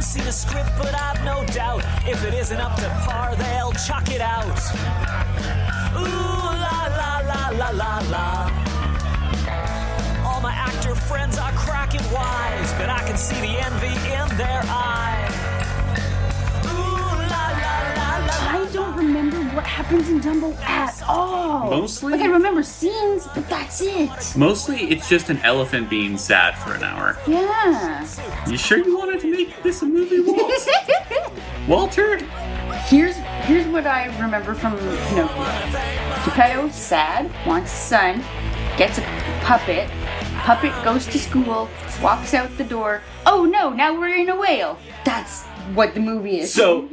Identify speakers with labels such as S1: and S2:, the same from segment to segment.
S1: seen a script, but I've no doubt if it isn't up to par, they'll chuck it out. Ooh la la la la la la. All my actor friends are cracking wise, but I can see the envy in their eye.
S2: I don't remember what happens in Dumbo at all.
S3: Mostly?
S2: Like, I remember scenes, but that's it.
S3: Mostly, it's just an elephant being sad for an hour.
S2: Yeah.
S3: You sure you wanted to make this a movie, Walt? Walter?
S2: here's here's what I remember from Pinocchio. Geppetto, sad, wants a son, gets a puppet. Puppet goes to school, walks out the door. Oh no! Now we're in a whale. That's what the movie is.
S3: So,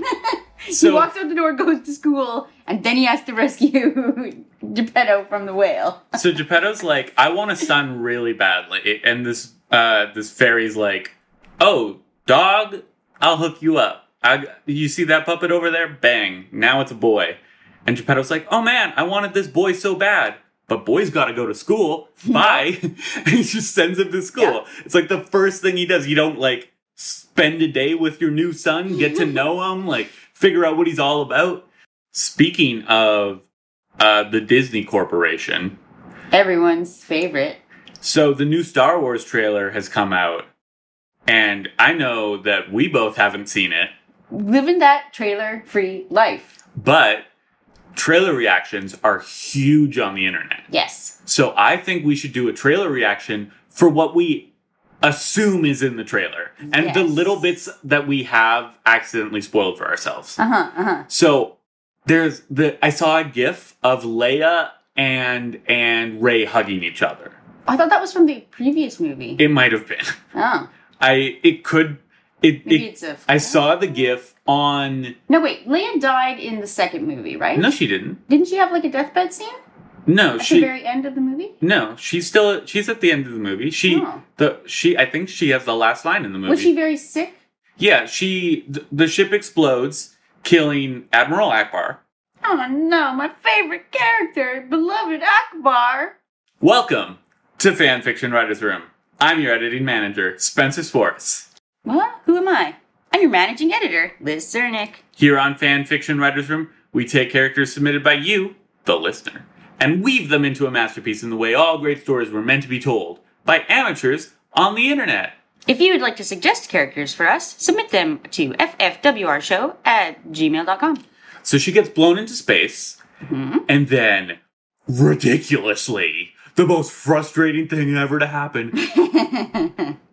S2: he
S3: so
S2: walks out the door, goes to school, and then he has to rescue Geppetto from the whale.
S3: so Geppetto's like, I want a son really badly, and this uh, this fairy's like, Oh, dog, I'll hook you up. I, you see that puppet over there? Bang! Now it's a boy. And Geppetto's like, Oh man, I wanted this boy so bad, but boy's got to go to school. Bye. and he just sends him to school. It's like the first thing he does. You don't like spend a day with your new son, get to know him, like figure out what he's all about. Speaking of uh, the Disney Corporation,
S2: Everyone's favorite.
S3: so the new Star Wars trailer has come out, and I know that we both haven't seen it,
S2: Living that trailer free life.
S3: but trailer reactions are huge on the internet.
S2: Yes.
S3: So I think we should do a trailer reaction for what we assume is in the trailer and the
S2: Yes.
S3: little bits that we have accidentally spoiled for ourselves.
S2: Uh huh. Uh huh.
S3: So there's the I saw a gif of Leia and and Ray hugging each other.
S2: I thought that was from the previous movie.
S3: It might have been.
S2: oh,
S3: I it could it,
S2: maybe
S3: it
S2: it's a.
S3: I saw the gif on
S2: No, wait. Leia died in the second movie, right?
S3: No she didn't.
S2: Didn't she have like a deathbed scene
S3: No,
S2: at
S3: she
S2: the very end of the movie?
S3: No, she's still she's at the end of the movie. She
S2: Oh.
S3: the she I think she has the last line in the movie.
S2: Was she very sick?
S3: Yeah, she th- the ship explodes, killing Admiral Akbar.
S2: Oh no, my favorite character, beloved Akbar.
S3: Welcome to Fan Fiction Writers Room. I'm your editing manager, Spencer Swartz.
S2: What? Who am I? I'm your managing editor, Liz Cernick.
S3: Here on Fan Fiction Writers Room, we take characters submitted by you, the listener, and weave them into a masterpiece in the way all great stories were meant to be told by amateurs on the internet.
S2: If you would like to suggest characters for us, submit them to ffwrshow at gmail.com.
S3: So she gets blown into space, and then, ridiculously, the most frustrating thing ever to happen,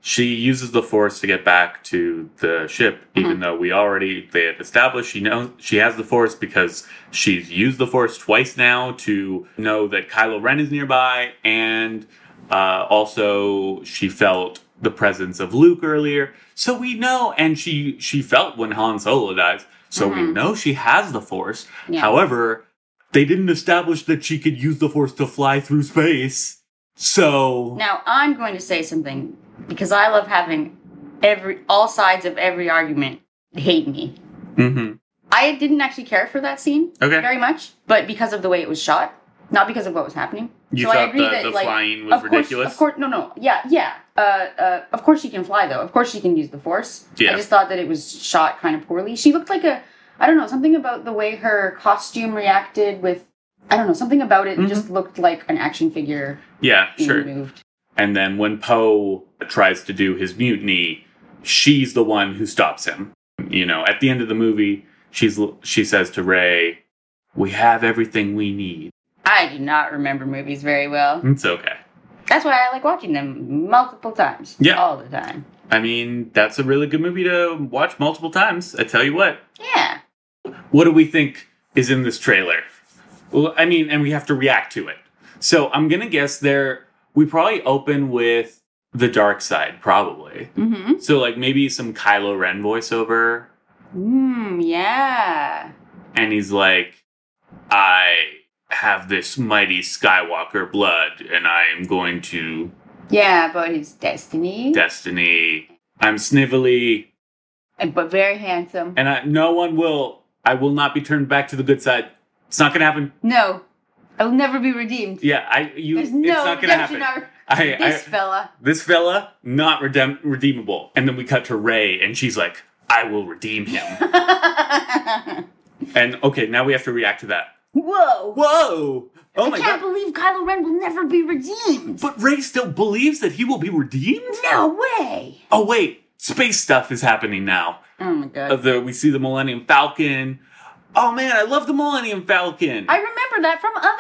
S3: she uses the force to get back to the ship, even though we already they had established she knows she has the force because she's used the force twice now to know that Kylo Ren is nearby, and uh, also she felt the presence of Luke earlier. So we know, and she she felt when Han Solo dies. So we know she has the force.
S2: Yeah.
S3: However, they didn't establish that she could use the force to fly through space. So
S2: Now, I'm going to say something because I love having every all sides of every argument hate me.
S3: Mhm.
S2: I didn't actually care for that scene
S3: Okay.
S2: very much, but because of the way it was shot, not because of what was happening.
S3: You
S2: so I
S3: thought
S2: agree
S3: the-
S2: that,
S3: the
S2: like,
S3: flying was
S2: of course-
S3: ridiculous?
S2: Of course, no, no, yeah, yeah. Uh, uh, of course she can fly though. Of course she can use the force.
S3: Yeah.
S2: I just thought that it was shot kind of poorly. She looked like a, I don't know, something about the way her costume reacted with, I don't know, something about it just looked like an action figure
S3: yeah,
S2: being
S3: Mm-hmm. sure.
S2: moved.
S3: And then when Poe tries to do his mutiny, she's the one who stops him. You know, at the end of the movie, she's she says to Ray, "We have everything we need.
S2: I do not remember movies very well.
S3: It's okay."
S2: That's why I like watching them multiple times.
S3: Yeah.
S2: All the time.
S3: I mean, that's a really good movie to watch multiple times. I tell you what.
S2: Yeah.
S3: What do we think is in this trailer? Well, I mean, and we have to react to it. So I'm gonna guess there. We probably open with the dark side, probably.
S2: Mm-hmm.
S3: So like maybe some Kylo Ren voiceover
S2: Mm, yeah.
S3: and he's like, I have this mighty Skywalker blood, and I am going to
S2: Yeah, about his destiny.
S3: destiny. I'm snivelly,
S2: And- but very handsome.
S3: and I, no one will. I will not be turned back to the good side. It's not gonna happen.
S2: no, I'll never be redeemed.
S3: Yeah, I you.
S2: There's
S3: it's
S2: no
S3: not gonna
S2: redemption
S3: happen.
S2: hour.
S3: I, I
S2: This fella.
S3: this fella not redeem, redeemable. And then we cut to Ray, and she's like, I will redeem him. and okay, now we have to react to that.
S2: Whoa!
S3: Whoa! Oh my
S2: I can't
S3: god.
S2: believe Kylo Ren will never be redeemed.
S3: But Ray still believes that he will be redeemed?
S2: No way!
S3: Oh wait, space stuff is happening now.
S2: Oh my god.
S3: Uh, the- we see the Millennium Falcon. Oh man, I love the Millennium Falcon.
S2: I remember that from other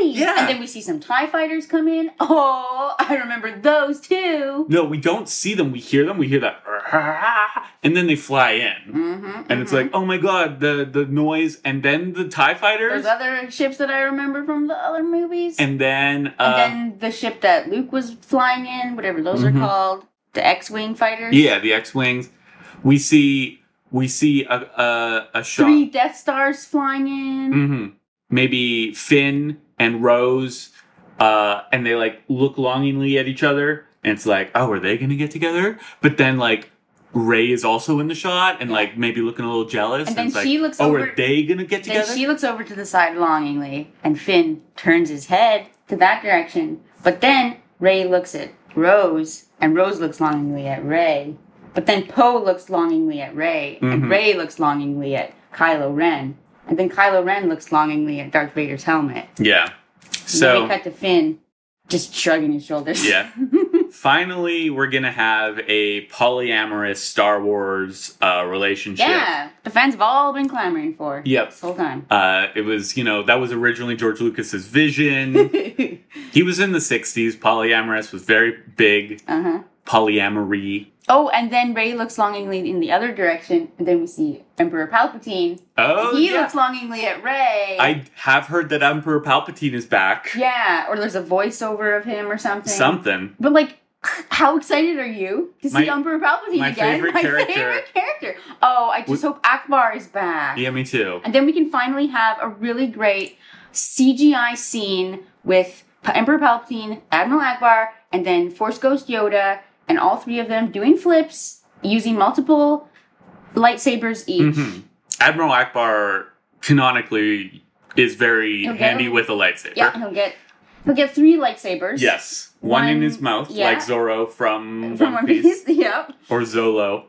S2: movies.
S3: Yeah.
S2: And then we see some TIE fighters come in. Oh, I remember those too.
S3: no, we don't see them. We hear them. We hear that, and then they fly in,
S2: Mm-hmm.
S3: and it's like, oh my god, the the noise, and then the Tie fighters,
S2: There's other ships that I remember from the other movies.
S3: and then, uh,
S2: And then the ship that Luke was flying in, whatever those
S3: Mhm.
S2: are called, the X-wing fighters.
S3: yeah, the X wings. We see we see a a, a shot.
S2: Three Death Stars flying in.
S3: hmm Maybe Finn and Rose, uh, and they like look longingly at each other, and it's like, oh, are they gonna get together? But then like Ray is also in the shot, and like maybe looking a little jealous,
S2: And then
S3: it's like,
S2: she looks
S3: oh,
S2: over-
S3: are they gonna get
S2: Then
S3: together?
S2: she looks over to the side longingly, and Finn turns his head to that direction. But then Ray looks at Rose, and Rose looks longingly at Ray. But then Poe looks longingly at Ray, and
S3: Mhm.
S2: Ray looks longingly at Kylo Ren. And then Kylo Ren looks longingly at Darth Vader's helmet.
S3: yeah.
S2: And then we
S3: So
S2: cut to Finn just shrugging his shoulders.
S3: yeah. Finally, we're gonna have a polyamorous Star Wars uh, relationship.
S2: yeah. The fans have all been clamoring for
S3: Yep.
S2: this whole time.
S3: Uh, it was, you know, that was originally George Lucas's vision.
S2: uh
S3: he was in the '60s. Polyamorous was very big.
S2: huh.
S3: polyamory.
S2: Oh, and then Ray looks longingly in the other direction, and then we see Emperor Palpatine.
S3: Oh,
S2: he
S3: yeah.
S2: looks longingly at Ray.
S3: I have heard that Emperor Palpatine is back.
S2: yeah, or there's a voiceover of him or something.
S3: Something.
S2: But like, how excited are you to see
S3: My-
S2: Emperor Palpatine
S3: my
S2: again?
S3: favorite
S2: my
S3: character.
S2: favorite character. Oh, I just
S3: We-
S2: hope Akbar is back.
S3: Yeah, me too.
S2: And then we can finally have a really great CGI scene with Pa- Emperor Palpatine, Admiral Akbar, and then Force Ghost Yoda, and all three of them doing flips using multiple lightsabers each.
S3: Mhm. Admiral Akbar canonically is very
S2: Okay.
S3: handy with a lightsaber.
S2: Yeah, and he'll get he'll get three lightsabers.
S3: Yes. One, in
S2: One-
S3: his mouth,
S2: yeah.
S3: like Zorro from,
S2: from One Piece. Yep.
S3: or Zolo.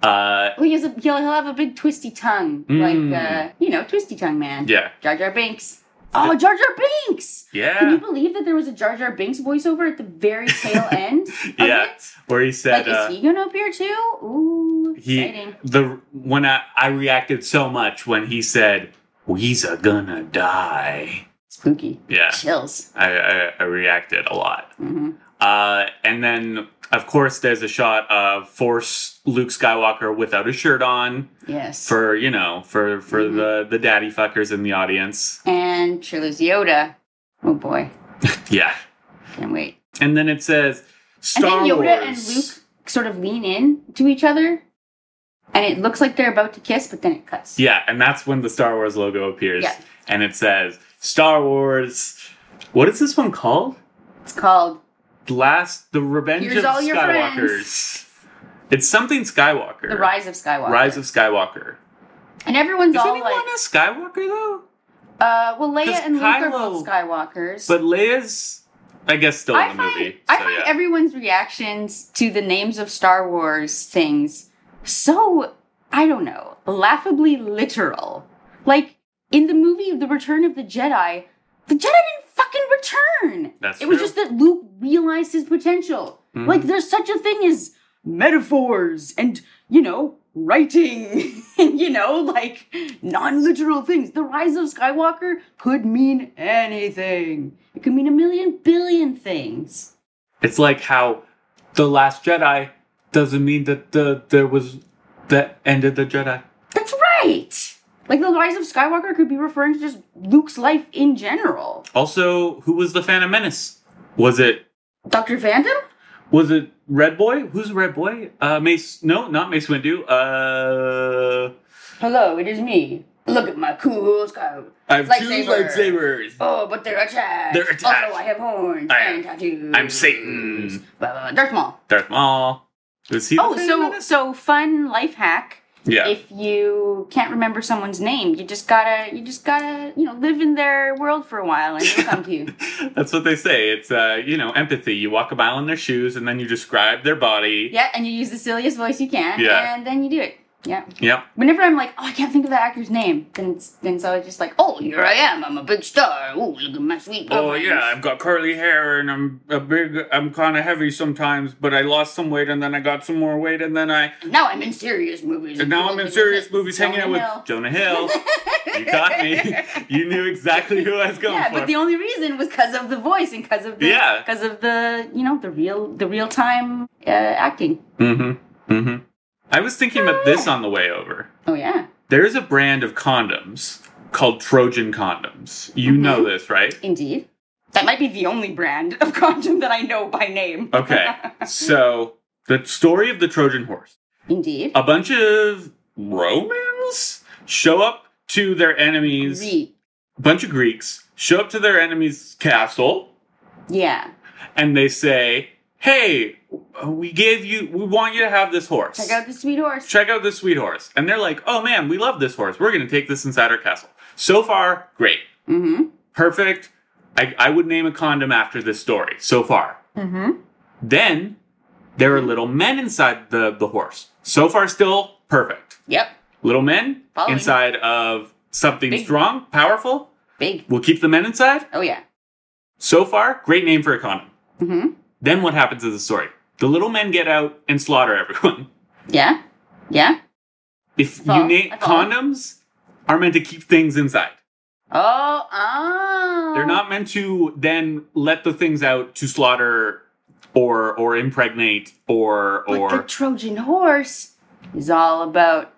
S3: Uh,
S2: Well, he has a, he'll, he'll have a big twisty tongue,
S3: Mm.
S2: like uh, you know, twisty tongue man.
S3: yeah.
S2: Jar Jar Binks. Oh, Jar Jar Binks! Can you
S3: Yeah.
S2: believe that there was a Jar Jar Binks voiceover at the very tail end? of
S3: Yeah.
S2: it?
S3: Where he
S2: Like,
S3: said, uh,
S2: is he gonna appear too? Ooh,
S3: he
S2: exciting.
S3: the when I, I reacted so much when he said, "We's a gonna die."
S2: Spooky.
S3: Yeah,
S2: Chills.
S3: I, I, I reacted a lot.
S2: Mhm.
S3: Uh, and then, of course, there's a shot of Force Luke Skywalker without a shirt on
S2: Yes.
S3: for you know for for
S2: Mhm.
S3: the the daddy fuckers in the audience.
S2: and sure there's Yoda. Oh boy,
S3: Yeah,
S2: can't wait.
S3: and then it says Star
S2: and then Yoda
S3: Wars.
S2: and Luke sort of lean in to each other, and it looks like they're about to kiss, but then it cuts.
S3: Yeah, and that's when the Star Wars logo appears.
S2: Yeah.
S3: and it says Star Wars. What is this one called?
S2: It's called
S3: Last the Revenge
S2: Here's
S3: of
S2: all your
S3: Skywalkers. It's something Skywalker.
S2: The Rise of Skywalker.
S3: Rise of Skywalker.
S2: and everyone's
S3: Is
S2: all
S3: anyone
S2: like,
S3: a Skywalker though?
S2: uh, well, Leia
S3: 'Cause
S2: and Luke are
S3: Kylo-
S2: both Skywalkers.
S3: But Leia's, I guess, still
S2: I
S3: in the
S2: find,
S3: movie.
S2: I
S3: so,
S2: find
S3: yeah.
S2: everyone's reactions to the names of Star Wars things so, I don't know, laughably literal. Like in the movie The Return of the Jedi, the Jedi didn't fucking return.
S3: That's
S2: it was
S3: true.
S2: just that Luke realized his potential.
S3: Mhm.
S2: Like there's such a thing as metaphors and, you know, writing, you know, like non literal things. The rise of Skywalker could mean anything, it could mean a million billion things.
S3: It's like how The Last Jedi doesn't mean that the there was that ended the Jedi.
S2: That's right! Like, the rise of Skywalker could be referring to just Luke's life in general.
S3: Also, who was the Phantom Menace? Was it
S2: Dr. Vandam?
S3: was it Red Boy? Who's Red Boy? Uh Mace no, not Mace Windu. Uh
S2: Hello, it is me. Look at my cool sky.
S3: I have two
S2: Lightsaber.
S3: lightsabers.
S2: Oh, but they're attached.
S3: They're attached.
S2: Also, I have horns
S3: I am-
S2: and tattoos.
S3: I'm Satan.
S2: Blah, blah, blah. Darth Maul.
S3: Darth Maul. Was he the
S2: Oh,
S3: Phantom
S2: so
S3: Menace?
S2: so fun life hack.
S3: Yeah.
S2: If you can't remember someone's name, you just gotta you just gotta you know live in their world for a while, and it'll come to you.
S3: That's what they say. It's uh, you know, empathy. You walk a mile in their shoes and then you describe their body.
S2: Yeah, and you use the silliest voice you can,
S3: Yeah.
S2: and then you do it. Yeah.
S3: Yep.
S2: Whenever I'm like, oh, I can't think of the actor's name, then it's, then so it's just like, oh, here I am. I'm a big star. Oh, look at my sweet.
S3: Oh
S2: girlfriend."
S3: yeah, I've got curly hair and I'm a big. I'm kind of heavy sometimes, but I lost some weight and then I got some more weight and then I
S2: Now I'm in serious movies.
S3: and now I'm in serious movies hanging out with Jonah Hill. you got me. You knew exactly who I was going
S2: Yeah,
S3: for.
S2: but the only reason was because of the voice and because of the
S3: Yeah.
S2: because of the you know the real the real time uh, acting.
S3: mm-hmm. Mm-hmm. I was thinking about this on the way over.
S2: Oh yeah,
S3: There is a brand of condoms called Trojan condoms. You
S2: Mm-hmm.
S3: know this, right?
S2: indeed. That might be the only brand of condom that I know by name.
S3: Okay. so the story of the Trojan horse.
S2: Indeed.
S3: a bunch of Romans show up to their enemies,
S2: Re-
S3: bunch of Greeks show up to their enemy's castle,
S2: yeah.
S3: and they say, "Hey, uh, we gave you, we want you to have this horse.
S2: Check out the sweet horse.
S3: Check out this sweet horse." And they're like, "Oh man, we love this horse. We're going to take this inside our castle." So far, great,
S2: mm-hmm.
S3: perfect. I, I would name a condom after this story. So far,
S2: Mm-hmm.
S3: then there are little men inside the the horse. So far, still perfect.
S2: Yep.
S3: Little men
S2: Following.
S3: inside of something
S2: Big.
S3: strong, powerful.
S2: Big.
S3: We'll keep the men inside.
S2: Oh yeah.
S3: So far, great name for a condom.
S2: Mm-hmm.
S3: Then what happens in the story? The little men get out and slaughter everyone.
S2: Yeah. Yeah.
S3: If
S2: Follow.
S3: you name
S2: I follow.
S3: condoms are meant to keep things inside.
S2: Oh. Oh.
S3: They're not meant to then let the things out to slaughter or or impregnate or
S2: But the
S3: or
S2: Trojan horse is all about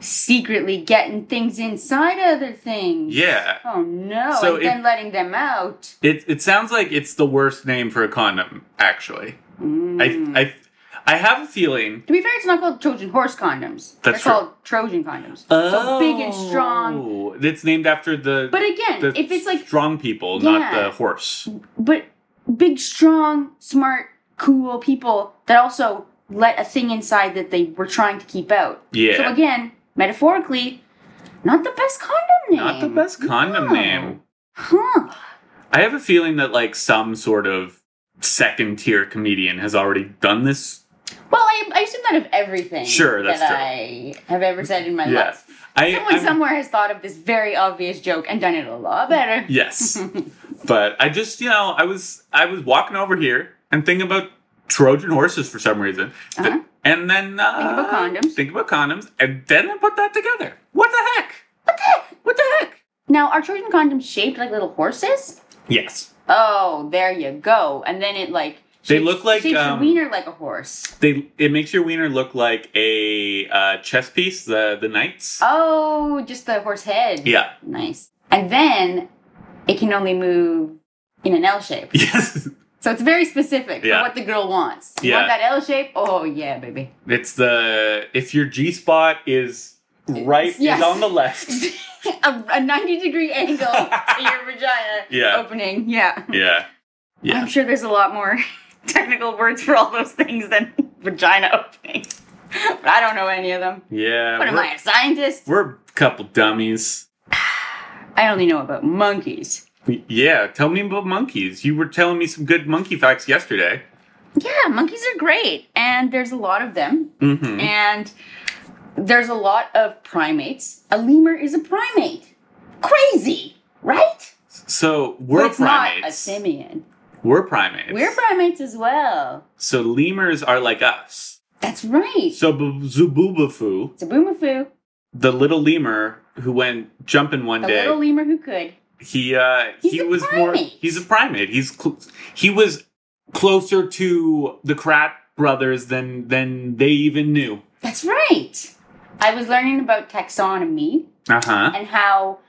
S2: secretly getting things inside other things.
S3: yeah.
S2: Oh no,
S3: So
S2: and
S3: if-
S2: then letting them out.
S3: It it sounds like it's the worst name for a condom actually.
S2: Mm.
S3: I I I have a feeling
S2: to be fair, it's not called Trojan horse condoms. They're
S3: That's true.
S2: called Trojan condoms. So big and strong.
S3: Oh, It's named after the.
S2: But again,
S3: the
S2: if it's like
S3: strong people, not
S2: Yeah.
S3: the horse.
S2: but big, strong, smart, cool people that also let a thing inside that they were trying to keep out.
S3: Yeah.
S2: So again, metaphorically, not the best condom name.
S3: Not the best condom
S2: No.
S3: name.
S2: Huh.
S3: I have a feeling that like some sort of second tier comedian has already done this.
S2: Well, I, I assume that of everything.
S3: Sure, that's
S2: that
S3: true.
S2: I have ever said in my
S3: Yes.
S2: life.
S3: I,
S2: Someone
S3: I'm-
S2: somewhere has thought of this very obvious joke and done it a lot better.
S3: Yes. but I just you know I was I was walking over here and thinking about Trojan horses for some reason, Th-
S2: Uh-huh.
S3: and then uh,
S2: Think about condoms.
S3: Think about condoms, and then I put that together. What the heck? What the heck? What the heck?
S2: Now, are Trojan condoms shaped like little horses?
S3: Yes.
S2: Oh, there you go. And then it like
S3: They
S2: shapes-
S3: look like,
S2: shapes your
S3: um,
S2: wiener like a horse.
S3: They it makes your wiener look like a uh, chess piece, the the knights.
S2: Oh, just the horse head.
S3: Yeah.
S2: Nice. And then it can only move in an L shape.
S3: Yes.
S2: So it's very specific
S3: Yeah.
S2: for what the girl wants. You
S3: Yeah.
S2: want that L shape? Oh yeah, baby.
S3: It's the if your G spot is right
S2: Yes.
S3: is on the left.
S2: a, a 90 degree angle to your vagina
S3: Yeah.
S2: opening. Yeah.
S3: yeah. Yeah.
S2: I'm sure there's a lot more technical words for all those things than vagina opening. but I don't know any of them.
S3: Yeah.
S2: What am I,
S3: we're,
S2: a scientist?
S3: we're a couple dummies.
S2: I only know about monkeys.
S3: Yeah, tell me about monkeys. You were telling me some good monkey facts yesterday.
S2: Yeah, monkeys are great. And there's a lot of them.
S3: Mm-hmm.
S2: And there's a lot of primates. A lemur is a primate. Crazy, right?
S3: So we're
S2: But it's
S3: primates.
S2: not a simian.
S3: we're primates.
S2: We're primates as well.
S3: so lemurs are like us.
S2: That's right.
S3: So b- Zububafu,
S2: It's a boomafoo,
S3: the little lemur who went jumping one
S2: the
S3: day.
S2: little lemur who could.
S3: he uh
S2: He's
S3: he
S2: a
S3: was more
S2: primate.
S3: he's a primate he's cl- he was closer to the Krat brothers than than they even knew
S2: That's right. I was learning about taxonomy
S3: uh-huh
S2: and how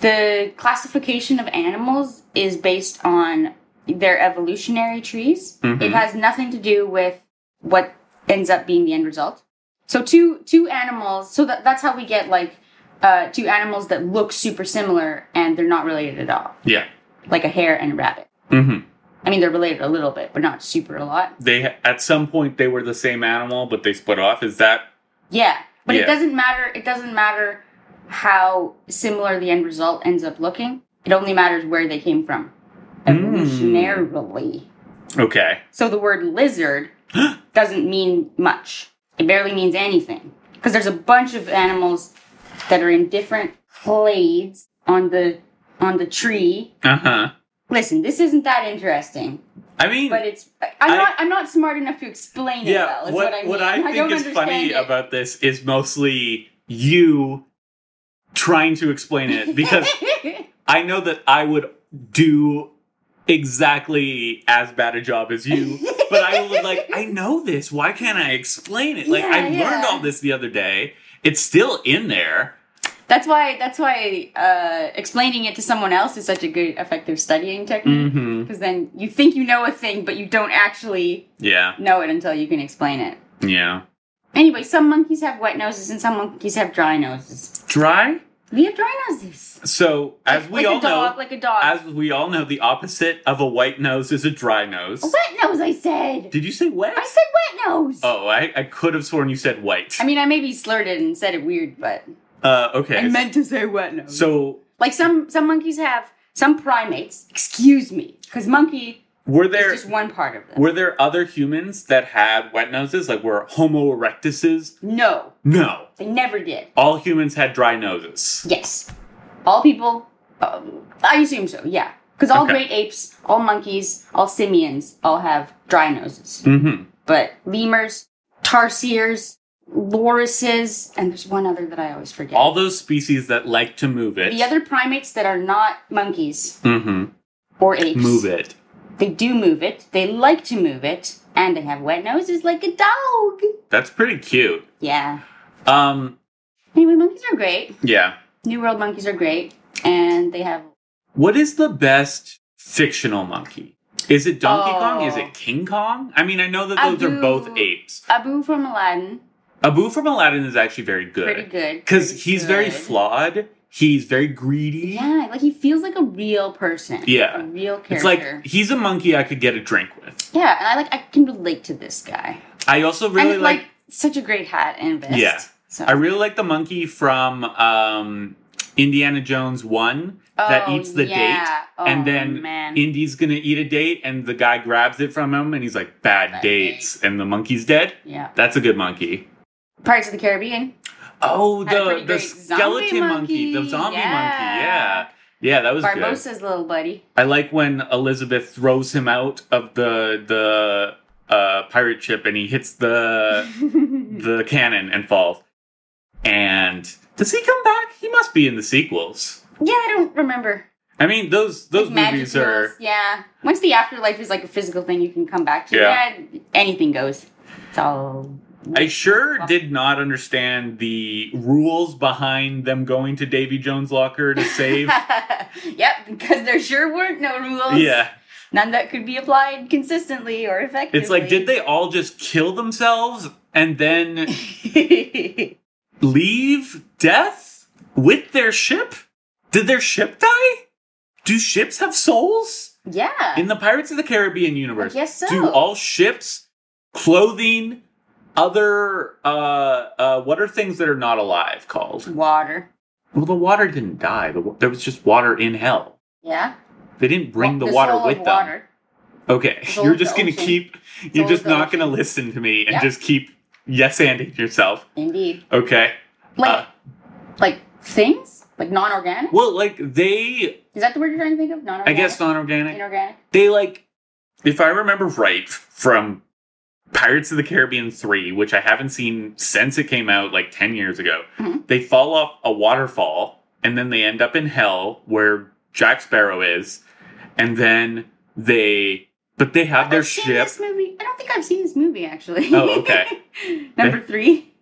S2: the classification of animals is based on their evolutionary trees.
S3: Mhm.
S2: It has nothing to do with what ends up being the end result. So two two animals. So that, that's how we get like uh, two animals that look super similar and they're not related at all,
S3: yeah
S2: like a hare and a rabbit.
S3: hmm
S2: I mean, they're related a little bit, but not super a lot.
S3: they at some point they were the same animal but they split off is that
S2: Yeah, but
S3: Yeah.
S2: it doesn't matter. It doesn't matter how similar the end result ends up looking. It only matters where they came from,
S3: Mm.
S2: evolutionarily.
S3: okay
S2: So the word lizard doesn't mean much. It barely means anything. because there's a bunch of animals that are in different blades on the on the tree.
S3: Uh huh.
S2: Listen, this isn't that interesting,
S3: I mean,
S2: but it's I'm
S3: I-
S2: not I'm not smart enough to explain it
S3: yeah.
S2: well. Is
S3: what,
S2: what, I mean.
S3: what I
S2: don't
S3: think is
S2: understand
S3: funny
S2: it.
S3: about this is mostly you trying to explain it because I know that I would do exactly as bad a job as you, but I would like, I know this. Why can't I explain it? Like,
S2: Yeah,
S3: I
S2: yeah.
S3: learned all this the other day. It's still in there.
S2: that's why that's why uh, explaining it to someone else is such a good effective studying technique
S3: Mm-hmm.
S2: because then you think you know a thing but you don't actually
S3: Yeah.
S2: know it until you can explain it.
S3: Yeah.
S2: Anyway, some monkeys have wet noses and some monkeys have dry noses.
S3: Dry.
S2: We have dry noses.
S3: So, as we
S2: like
S3: all
S2: a dog,
S3: know,
S2: like a dog.
S3: as we all know, the opposite of a white nose is a dry nose.
S2: wet nose, I said.
S3: Did you say wet?
S2: I said wet nose.
S3: oh, I, I could have sworn you said white.
S2: I mean, I maybe slurred it and said it weird, but
S3: Uh, okay.
S2: I meant to say wet nose.
S3: so,
S2: like some some monkeys have some primates. Excuse me, because monkey
S3: were
S2: is
S3: there
S2: just one part of them.
S3: Were there other humans that had wet noses? Like were Homo erectuses?
S2: No,
S3: No.
S2: they never did.
S3: All humans had dry noses.
S2: Yes, all people. Um, I assume so. Yeah, because all
S3: Okay.
S2: great apes, all monkeys, all simians, all have dry noses.
S3: Mm-hmm.
S2: but lemurs, tarsiers, lorises, and there's one other that I always forget.
S3: All those species that like to move it.
S2: the other primates that are not monkeys
S3: Mhm.
S2: or apes
S3: Move it.
S2: They do move it. They like to move it, and they have wet noses like a dog.
S3: That's pretty cute.
S2: Yeah.
S3: Um.
S2: Anyway, monkeys are great.
S3: Yeah.
S2: New World monkeys are great, and they have
S3: What is the best fictional monkey? Is it Donkey
S2: Oh.
S3: Kong? Is it King Kong? I mean, I know that those are both
S2: Abu.
S3: apes.
S2: Abu from Aladdin.
S3: Abu from Aladdin is actually very
S2: Pretty
S3: good
S2: good.
S3: because
S2: pretty
S3: he's very
S2: good.
S3: flawed. He's very greedy.
S2: Yeah, like he feels like a real person.
S3: Yeah.
S2: a real character.
S3: It's like he's a monkey I could get a drink with.
S2: yeah, and I like I can relate to this guy.
S3: I also really
S2: and
S3: like,
S2: like, such a great hat and vest.
S3: Yeah.
S2: So.
S3: I really like the monkey from um, Indiana Jones One that
S2: Oh,
S3: eats the
S2: yeah.
S3: date, and
S2: Oh,
S3: then
S2: man.
S3: Indy's gonna eat a date, and the guy grabs it from him, and he's like, "Bad,
S2: Bad
S3: dates," and the monkey's dead.
S2: yeah.
S3: That's a good monkey.
S2: Pirates of the Caribbean.
S3: Oh,
S2: Had a
S3: the
S2: pretty
S3: the
S2: great
S3: skeleton
S2: zombie
S3: monkey, the
S2: monkey.
S3: zombie
S2: Yeah.
S3: monkey, yeah. Yeah, that was good.
S2: Barbosa's little buddy.
S3: I like when Elizabeth throws him out of the the uh, pirate ship and he hits the the cannon and falls. And does he come back? He must be in the sequels.
S2: Yeah, I don't remember.
S3: I mean, those those
S2: Like, magic
S3: movies
S2: rules,
S3: are.
S2: Yeah. Once the afterlife is like a physical thing you can come back to.
S3: Yeah.
S2: anything goes. It's all.
S3: I sure did not understand the rules behind them going to Davy Jones' locker to save.
S2: yep, because there sure weren't no rules.
S3: yeah,
S2: None that could be applied consistently or effectively.
S3: it's like, did they all just kill themselves and then
S2: they?
S3: leave death with their ship? Did their ship die? Do ships have souls?
S2: yeah.
S3: In the Pirates of the Caribbean universe,
S2: I guess so.
S3: do all ships, clothing, other uh, uh, what are things that are not alive called?
S2: Water.
S3: Well, the water didn't die. The, wa- there was just water in hell.
S2: Yeah.
S3: They didn't bring
S2: Well,
S3: the water
S2: soul of
S3: with them.
S2: water.
S3: Okay,
S2: soul
S3: you're
S2: of the
S3: just gonna
S2: ocean.
S3: keep. You're
S2: of
S3: just
S2: the
S3: not
S2: ocean.
S3: gonna listen to me and
S2: Yeah.
S3: just keep yes anding yourself.
S2: Indeed.
S3: Okay.
S2: Like
S3: Uh,
S2: like things? Like non organic?
S3: well, like they,
S2: Is that the word you're trying to think of? Non
S3: I
S2: organic.
S3: guess non-organic.
S2: inorganic.
S3: they like if i remember right from pirates of the caribbean 3 which i haven't seen since it came out like 10 years ago
S2: Mhm.
S3: they fall off a waterfall and then they end up in hell where jack sparrow is and then they but they have their
S2: I've seen
S3: ship
S2: This movie. I don't think I've seen this movie actually.
S3: Oh, okay.
S2: Number three.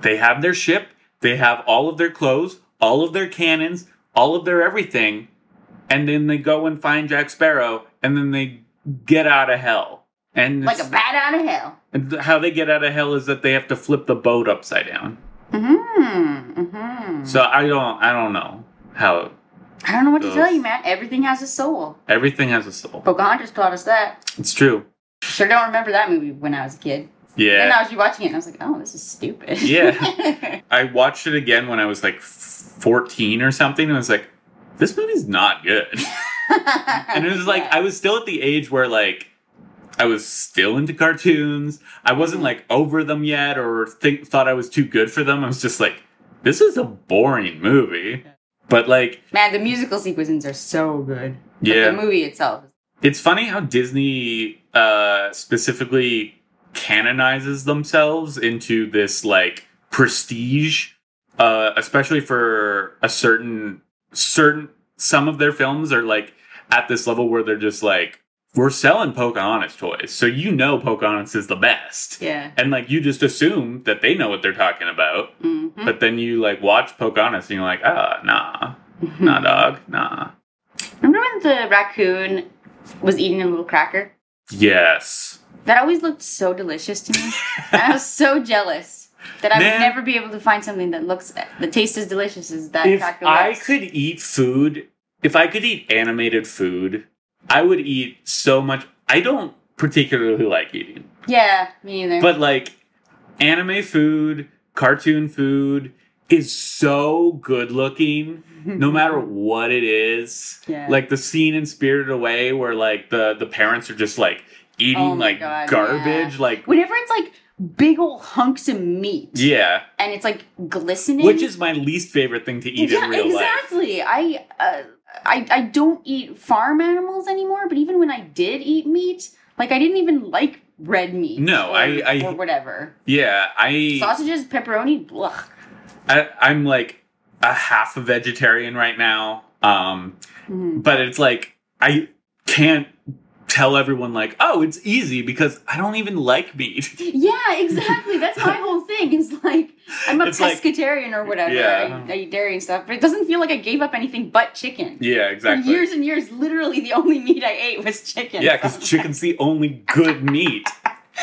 S3: they have their ship they have all of their clothes all of their cannons all of their everything and then they go and find jack sparrow and then they get out of hell and
S2: Like
S3: it's-
S2: a bat out of hell.
S3: And th- how they get out of hell is that they have to flip the boat upside down.
S2: Mm-hmm. Mm-hmm.
S3: So I don't, I don't know how
S2: I don't know what to
S3: Those-
S2: tell you, man. Everything has a soul.
S3: everything has a soul.
S2: Pocahontas taught us that.
S3: It's true.
S2: Sure don't remember that movie when I was a kid. Then I
S3: Yeah,
S2: was rewatching it and uh, I was like, oh, this is stupid.
S3: Yeah. I watched it again when I was like fourteen or something, and I was like, "This movie's not good." And it was like I was still at the age where like I was still into cartoons. I wasn't like over them yet or think thought I was too good for them. I was just like, this is a boring movie. But like
S2: Man, the musical sequences are so good. But
S3: Yeah.
S2: The movie itself.
S3: it's funny how Disney uh specifically canonizes themselves into this like prestige uh especially for a certain certain some of their films are like at this level where they're just like we're selling Pocahontas toys. So you know Pocahontas is the best.
S2: Yeah.
S3: And like you just assume that they know what they're talking about,
S2: hmm
S3: but then you like watch Pocahontas and you're like, ah, nah, nah,
S2: Mm-hmm.
S3: dog, nah.
S2: Remember when the raccoon was eating a little cracker?
S3: Yes.
S2: That always looked so delicious to me. and I was so jealous that I
S3: Man.
S2: would never be able to find something that looks that tastes as delicious as that
S3: If
S2: cracker
S3: I
S2: was.
S3: could eat food, if I could eat animated food, I would eat so much. I don't particularly like eating,
S2: Yeah, me neither.
S3: but like anime food, cartoon food is so good looking no matter what it is.
S2: Yeah.
S3: Like the scene in Spirited Away where like the the parents are just like eating
S2: Oh my
S3: like
S2: God,
S3: garbage
S2: yeah.
S3: like
S2: Whenever it's like big old hunks of meat
S3: yeah,
S2: and it's like glistening.
S3: which is my least favorite thing to eat
S2: yeah,
S3: in real life.
S2: exactly. I uh, I I don't eat farm animals anymore, but even when I did eat meat, like I didn't even like red meat.
S3: No,
S2: or,
S3: I- I-
S2: or whatever.
S3: Yeah, I
S2: Sausages, pepperoni, blech.
S3: I, I'm like a half a vegetarian right now. Um,
S2: Mhm.
S3: but it's like I can't tell everyone like, oh, it's easy because I don't even like meat.
S2: Yeah, exactly. That's my whole thing. Is like I'm a
S3: It's like-
S2: pescatarian or whatever.
S3: Yeah.
S2: I, I eat dairy and stuff, but it doesn't feel like I gave up anything but chicken.
S3: yeah,
S2: For
S3: exactly.
S2: years and years, literally the only meat I ate was chicken.
S3: yeah, because chicken's the only good meat.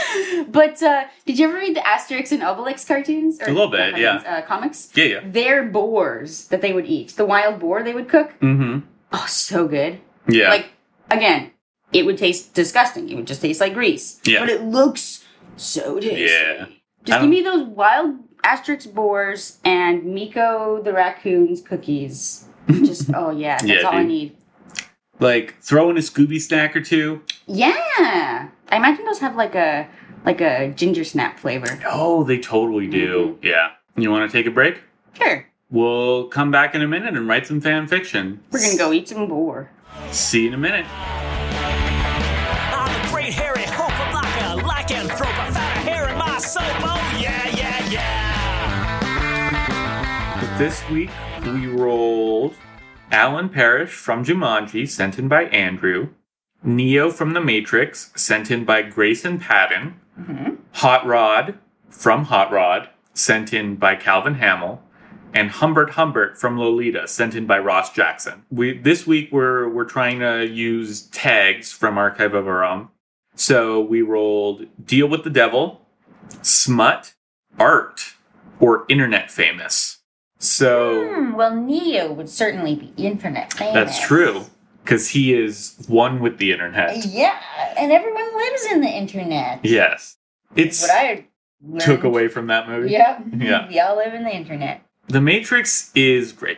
S2: But uh, did you ever read the Asterix and Obelix cartoons? Or
S3: A little bit,
S2: cartoons, Uh, comics.
S3: Yeah, yeah.
S2: Their boars that they would eat, the wild boar they would cook.
S3: Mm-hmm.
S2: Oh, so good.
S3: Yeah.
S2: Like again, it would taste disgusting. It would just taste like grease.
S3: Yeah.
S2: But it looks so tasty.
S3: Yeah. I
S2: Just
S3: don't-
S2: give me those wild asterix boars and Miko the raccoon's cookies. Just oh yeah, that's
S3: Yeah,
S2: all I
S3: dude.
S2: need.
S3: like throw in a Scooby snack or two.
S2: Yeah. I imagine those have like a like a ginger snap flavor.
S3: Oh, they totally do. Mm-hmm. Yeah. You want to take a break?
S2: Sure.
S3: We'll come back in a minute and write some fan fiction.
S2: We're gonna go eat some boar.
S3: See you in a minute.
S1: I'm a great hairy hope I'm like a lycanthrope. I found a hair in my soap. Oh yeah, yeah, yeah.
S3: This week we rolled Alan Parrish from Jumanji, sent in by Andrew, Neo from The Matrix, sent in by Grayson Patton, Hot Rod from Hot Rod, sent in by Calvin Hamill, and Humbert Humbert from Lolita, sent in by Ross Jackson. We this week we're we're trying to use tags from Archive of Our Own. So we rolled Deal with the Devil, Smut, Art, or Internet Famous. So
S2: Hmm, well Neo would certainly be internet famous.
S3: Oh. that's true. Because he is one with the internet.
S2: Yeah, and everyone lives in the internet.
S3: Yes. It's
S2: What I learned.
S3: took away from that movie.
S2: Yep.
S3: Yeah.
S2: We all live in the internet.
S3: The Matrix is great.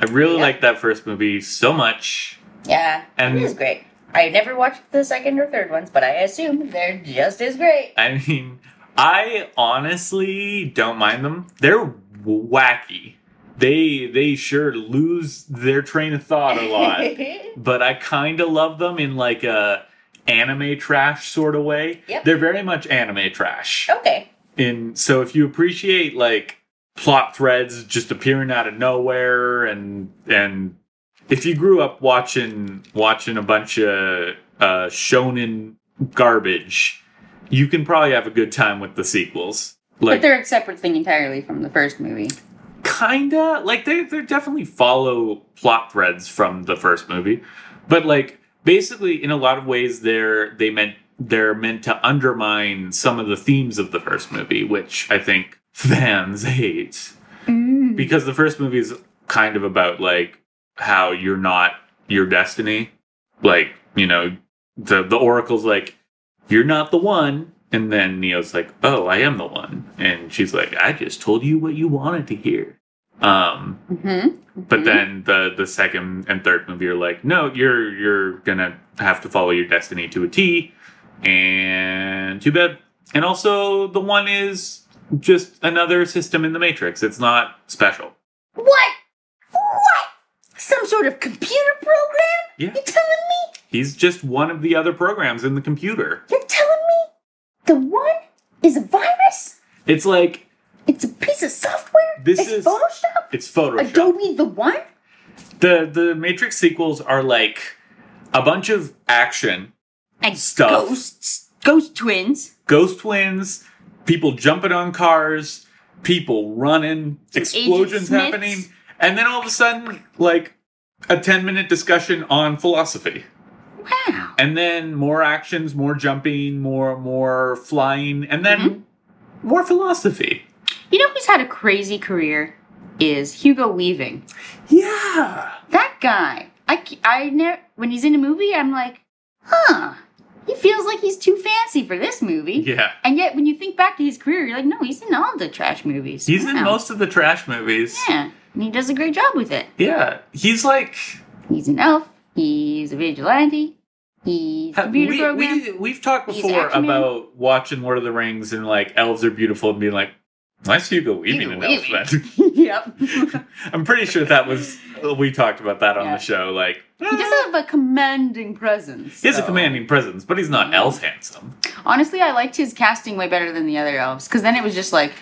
S3: I really
S2: Yeah.
S3: like that first movie so much.
S2: Yeah.
S3: And-
S2: it is great. I never watched the second or third ones, but I assume they're just as great.
S3: I mean, I honestly don't mind them. They're wacky. They they sure lose their train of thought a lot. but I kind of love them in like a anime trash sort of way.
S2: Yep. Oh,
S3: They're very much anime trash.
S2: okay.
S3: in so if you appreciate like plot threads just appearing out of nowhere and and if you grew up watching watching a bunch of uh shonen garbage you can probably have a good time with the sequels
S2: But
S3: like
S2: they're a separate thing entirely from the first movie.
S3: kinda like they they definitely follow plot threads from the first movie, but like basically in a lot of ways they're they meant they're meant to undermine some of the themes of the first movie, which I think fans hate
S2: Mm-hmm.
S3: because the first movie is kind of about like how you're not your destiny, like you know the the oracle's like you're not the one. And then Neo's like, "Oh, I am the one," and she's like, "I just told you what you wanted to hear." Um,
S2: hmm
S3: but then the the second and third movie are like, no, you're you're gonna have to follow your destiny to a T, And too bad. And also, the one is just another system in the Matrix. It's not special.
S2: What? What? Some sort of computer program?
S3: Yeah.
S2: You're telling me?
S3: He's just one of the other programs in the computer.
S2: You're telling me? The one is a virus?
S3: It's like,
S2: It's a piece of software?
S3: This
S2: it's
S3: is-
S2: Photoshop?
S3: it's Photoshop.
S2: Adobe the one?
S3: The, the Matrix sequels are like a bunch of action,
S2: And
S3: Stuff.
S2: ghosts. Ghost twins.
S3: ghost twins, people jumping on cars, people running, explosions
S2: Agent Smiths.
S3: happening, and then all of a sudden, like a 10 minute discussion on philosophy.
S2: Wow.
S3: And then more actions, more jumping, more more flying, and then
S2: Mm-hmm.
S3: more philosophy.
S2: You know who's had a crazy career? Is Hugo Weaving.
S3: Yeah.
S2: That guy. I, c- I never, when he's in a movie, I'm like, huh, he feels like he's too fancy for this movie.
S3: Yeah.
S2: And yet, when you think back to his career, you're like, no, he's in all the trash movies.
S3: He's in
S2: Wow.
S3: most of the trash movies.
S2: Yeah, and he does a great job with it.
S3: Yeah. He's like
S2: He's an elf. He's a vigilante. He's a
S3: we,
S2: computer program.
S3: we we've talked
S2: He's
S3: before
S2: Action Man.
S3: about watching Lord of the Rings and like elves are beautiful and being like, Nice Hugo Weaving an
S2: Hugo
S3: elf
S2: Weaving.
S3: then.
S2: yep. he
S3: I'm pretty sure that was we talked about that on
S2: Yeah.
S3: the show. Like
S2: does have a commanding presence.
S3: he has a
S2: though.
S3: commanding presence, but he's
S2: Mm-hmm.
S3: not elf handsome.
S2: Honestly, I liked his casting way better than the other elves because then it was just like,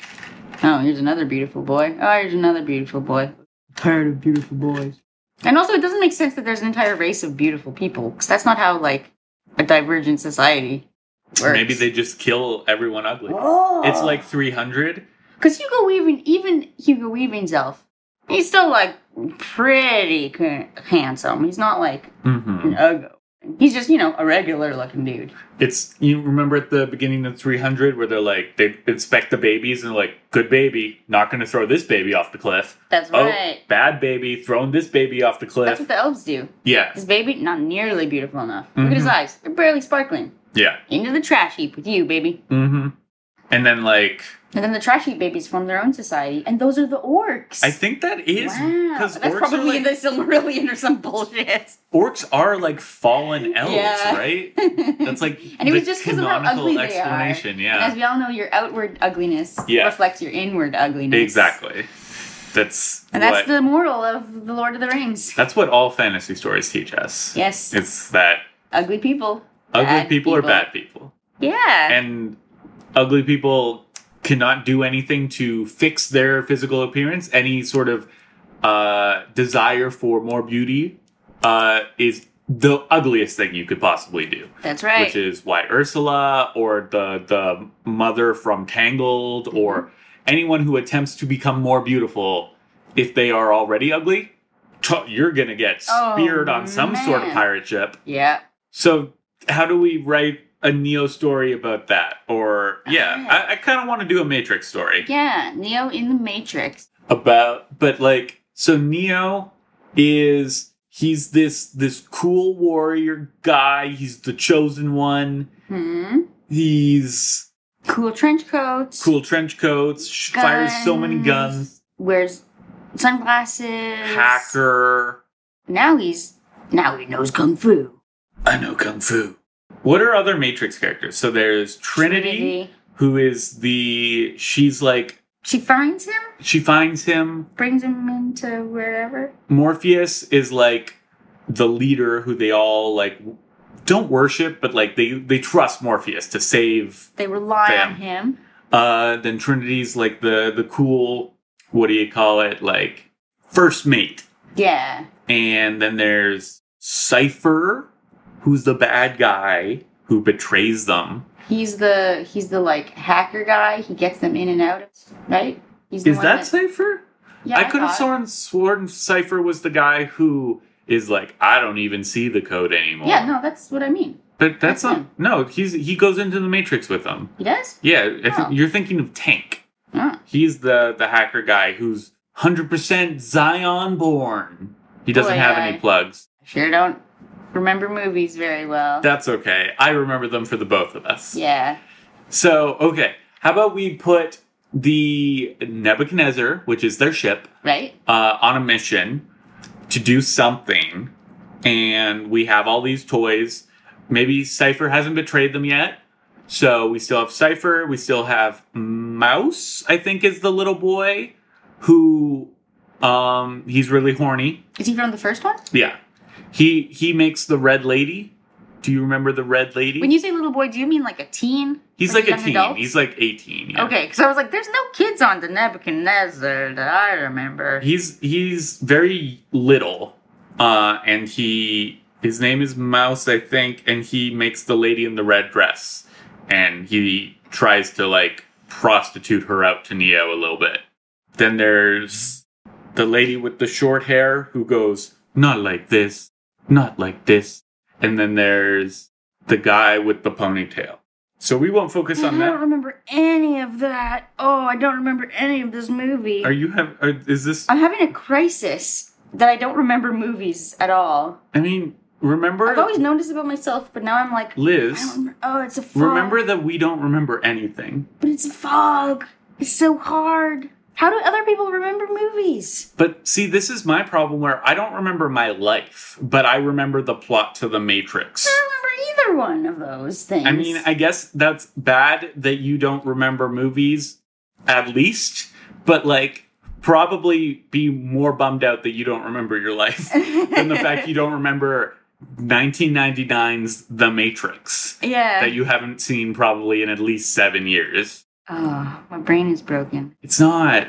S2: oh, here's another beautiful boy. Oh, here's another beautiful boy. Tired of beautiful boys. And also, it doesn't make sense that there's an entire race of beautiful people because that's not how like a divergent society works.
S3: Maybe they just kill everyone ugly.
S2: Oh.
S3: It's like 300.
S2: Because Hugo Weaving, even Hugo Weaving's elf, he's still like pretty c- handsome. He's not like
S3: Mm-hmm.
S2: an uggo. He's just, you know, a regular looking dude.
S3: It's you remember at the beginning of 300 where they're like they inspect the babies and they're like good baby, not going to throw this baby off the cliff.
S2: That's right.
S3: Oh, bad baby, throwing this baby off the
S2: That's
S3: cliff.
S2: what the elves do.
S3: yeah,
S2: His baby, not nearly beautiful enough. Look at his
S3: Mhm.
S2: eyes. They're barely sparkling.
S3: yeah.
S2: Into the trash heap with you, baby.
S3: Mm-hmm. And then like
S2: And then the trash heap babies form their own society, and those are the orcs.
S3: I think that is
S2: Wow.
S3: because
S2: That's
S3: orcs
S2: probably
S3: are like,
S2: in the Silmarillion or some bullshit.
S3: orcs are like fallen elves,
S2: Yeah.
S3: right? That's like
S2: And it was
S3: the
S2: just because of how
S3: canonical
S2: ugly they are.
S3: explanation. Yeah,
S2: And as we all know, your outward ugliness
S3: Yeah.
S2: reflects your inward ugliness.
S3: exactly. That's
S2: And that's
S3: what,
S2: the moral of the Lord of the Rings.
S3: that's what all fantasy stories teach us.
S2: Yes,
S3: It's that
S2: ugly people.
S3: ugly
S2: Bad
S3: people, are bad people,
S2: Yeah,
S3: and ugly people cannot do anything to fix their physical appearance. Any sort of uh, desire for more beauty uh, is the ugliest thing you could possibly do.
S2: that's right.
S3: which is why Ursula or the the mother from Tangled
S2: Mm-hmm.
S3: or anyone who attempts to become more beautiful if they are already ugly, t- you're gonna get
S2: Oh,
S3: speared on some sort of
S2: man.
S3: pirate ship.
S2: yeah,
S3: So how do we write a Neo story about that? Or yeah,
S2: Ah.
S3: I, I kind of want to do a Matrix story
S2: yeah. Neo in the Matrix.
S3: about but like so neo is he's this this cool warrior guy he's the chosen one
S2: Hmm.
S3: he's
S2: Cool trench coats.
S3: cool trench coats sh- fires so many guns
S2: Wears sunglasses.
S3: hacker
S2: Now he's now he knows kung fu.
S3: i know kung fu what are other matrix characters so there's trinity who is the she's like
S2: She finds him,
S3: she finds him
S2: brings him into wherever.
S3: Morpheus is like the leader who they all like w- don't worship, but like they they trust Morpheus to save.
S2: They rely
S3: Fam.
S2: on him.
S3: Uh, then Trinity's like the the cool what do you call it like first mate,
S2: Yeah.
S3: and then there's Cipher, who's the bad guy who betrays them.
S2: He's the he's the like hacker guy. He gets them in and out, of right? He's the
S3: Is
S2: one
S3: that Cipher?
S2: yeah,
S3: I could have
S2: thought.
S3: sworn sworn Cipher was the guy who is like I don't even see the code anymore.
S2: Yeah, no, that's what I mean.
S3: But that's
S2: That's
S3: not
S2: him.
S3: no. He's he goes into the Matrix with them.
S2: He does.
S3: Yeah, I think
S2: Oh.
S3: you're thinking of Tank.
S2: Oh.
S3: He's the the hacker guy who's hundred percent Zion born. He doesn't
S2: Boy,
S3: have
S2: I-
S3: any plugs.
S2: I Sure don't remember movies very well.
S3: That's okay. I remember them for the both of us.
S2: yeah.
S3: So okay, how about we put the Nebuchadnezzar, which is their ship,
S2: Right.
S3: uh, on a mission to do something, and we have all these toys. Maybe Cypher hasn't betrayed them yet. So we still have Cypher. We still have Mouse, I think is the little boy who um he's really horny.
S2: Is he from the first one?
S3: Yeah. He he makes the red lady. Do you remember the red lady?
S2: When you say little boy, do you mean like a teen?
S3: he's like a
S2: young
S3: teen.
S2: adult?
S3: He's like 18. yeah.
S2: Okay, because I was like, there's no kids on the Nebuchadnezzar that I remember.
S3: He's he's very little. Uh and he his name is Mouse, I think, and he makes the lady in the red dress and he tries to like prostitute her out to Neo a little bit. Then there's the lady with the short hair who goes, not like this, not like this. And then there's the guy with the ponytail. So we won't focus
S2: I
S3: on
S2: don't
S3: that.
S2: remember any of that. Oh, I don't remember any of this movie.
S3: Are you have? Are, is this?
S2: I'm having a crisis that I don't remember movies at all.
S3: I mean, remember,
S2: I've always known this about myself, but now I'm like, I don't
S3: Liz.
S2: remember. Oh, it's a fog.
S3: Remember that we don't remember anything.
S2: But it's a fog. It's so hard. How do other people remember movies?
S3: But see, this is my problem where I don't remember my life, but I remember the plot to The Matrix.
S2: I don't remember either one of those things.
S3: I mean, I guess that's bad that you don't remember movies, at least, but like, probably be more bummed out that you don't remember your life than the fact you don't remember 1999's The Matrix
S2: yeah.
S3: that you haven't seen probably in at least seven years.
S2: oh, my brain is broken.
S3: It's not.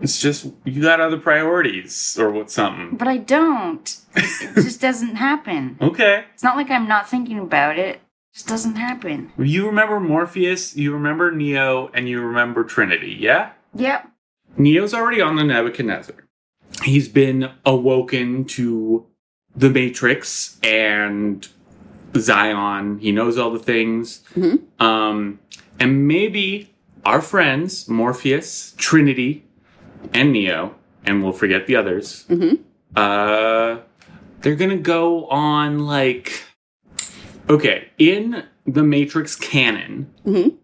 S3: It's just you got other priorities or what something.
S2: But I don't. It, it just doesn't happen.
S3: Okay.
S2: It's not like I'm not thinking about it. It just doesn't happen.
S3: You remember Morpheus, you remember Neo, and you remember Trinity, yeah?
S2: Yep.
S3: Neo's already on the Nebuchadnezzar. He's been awoken to the Matrix and Zion. He knows all the things. Um, and maybe our friends, Morpheus, Trinity, and Neo, and we'll forget the others, uh, they're going to go on like. Okay, in the Matrix canon,
S4: Mm-hmm.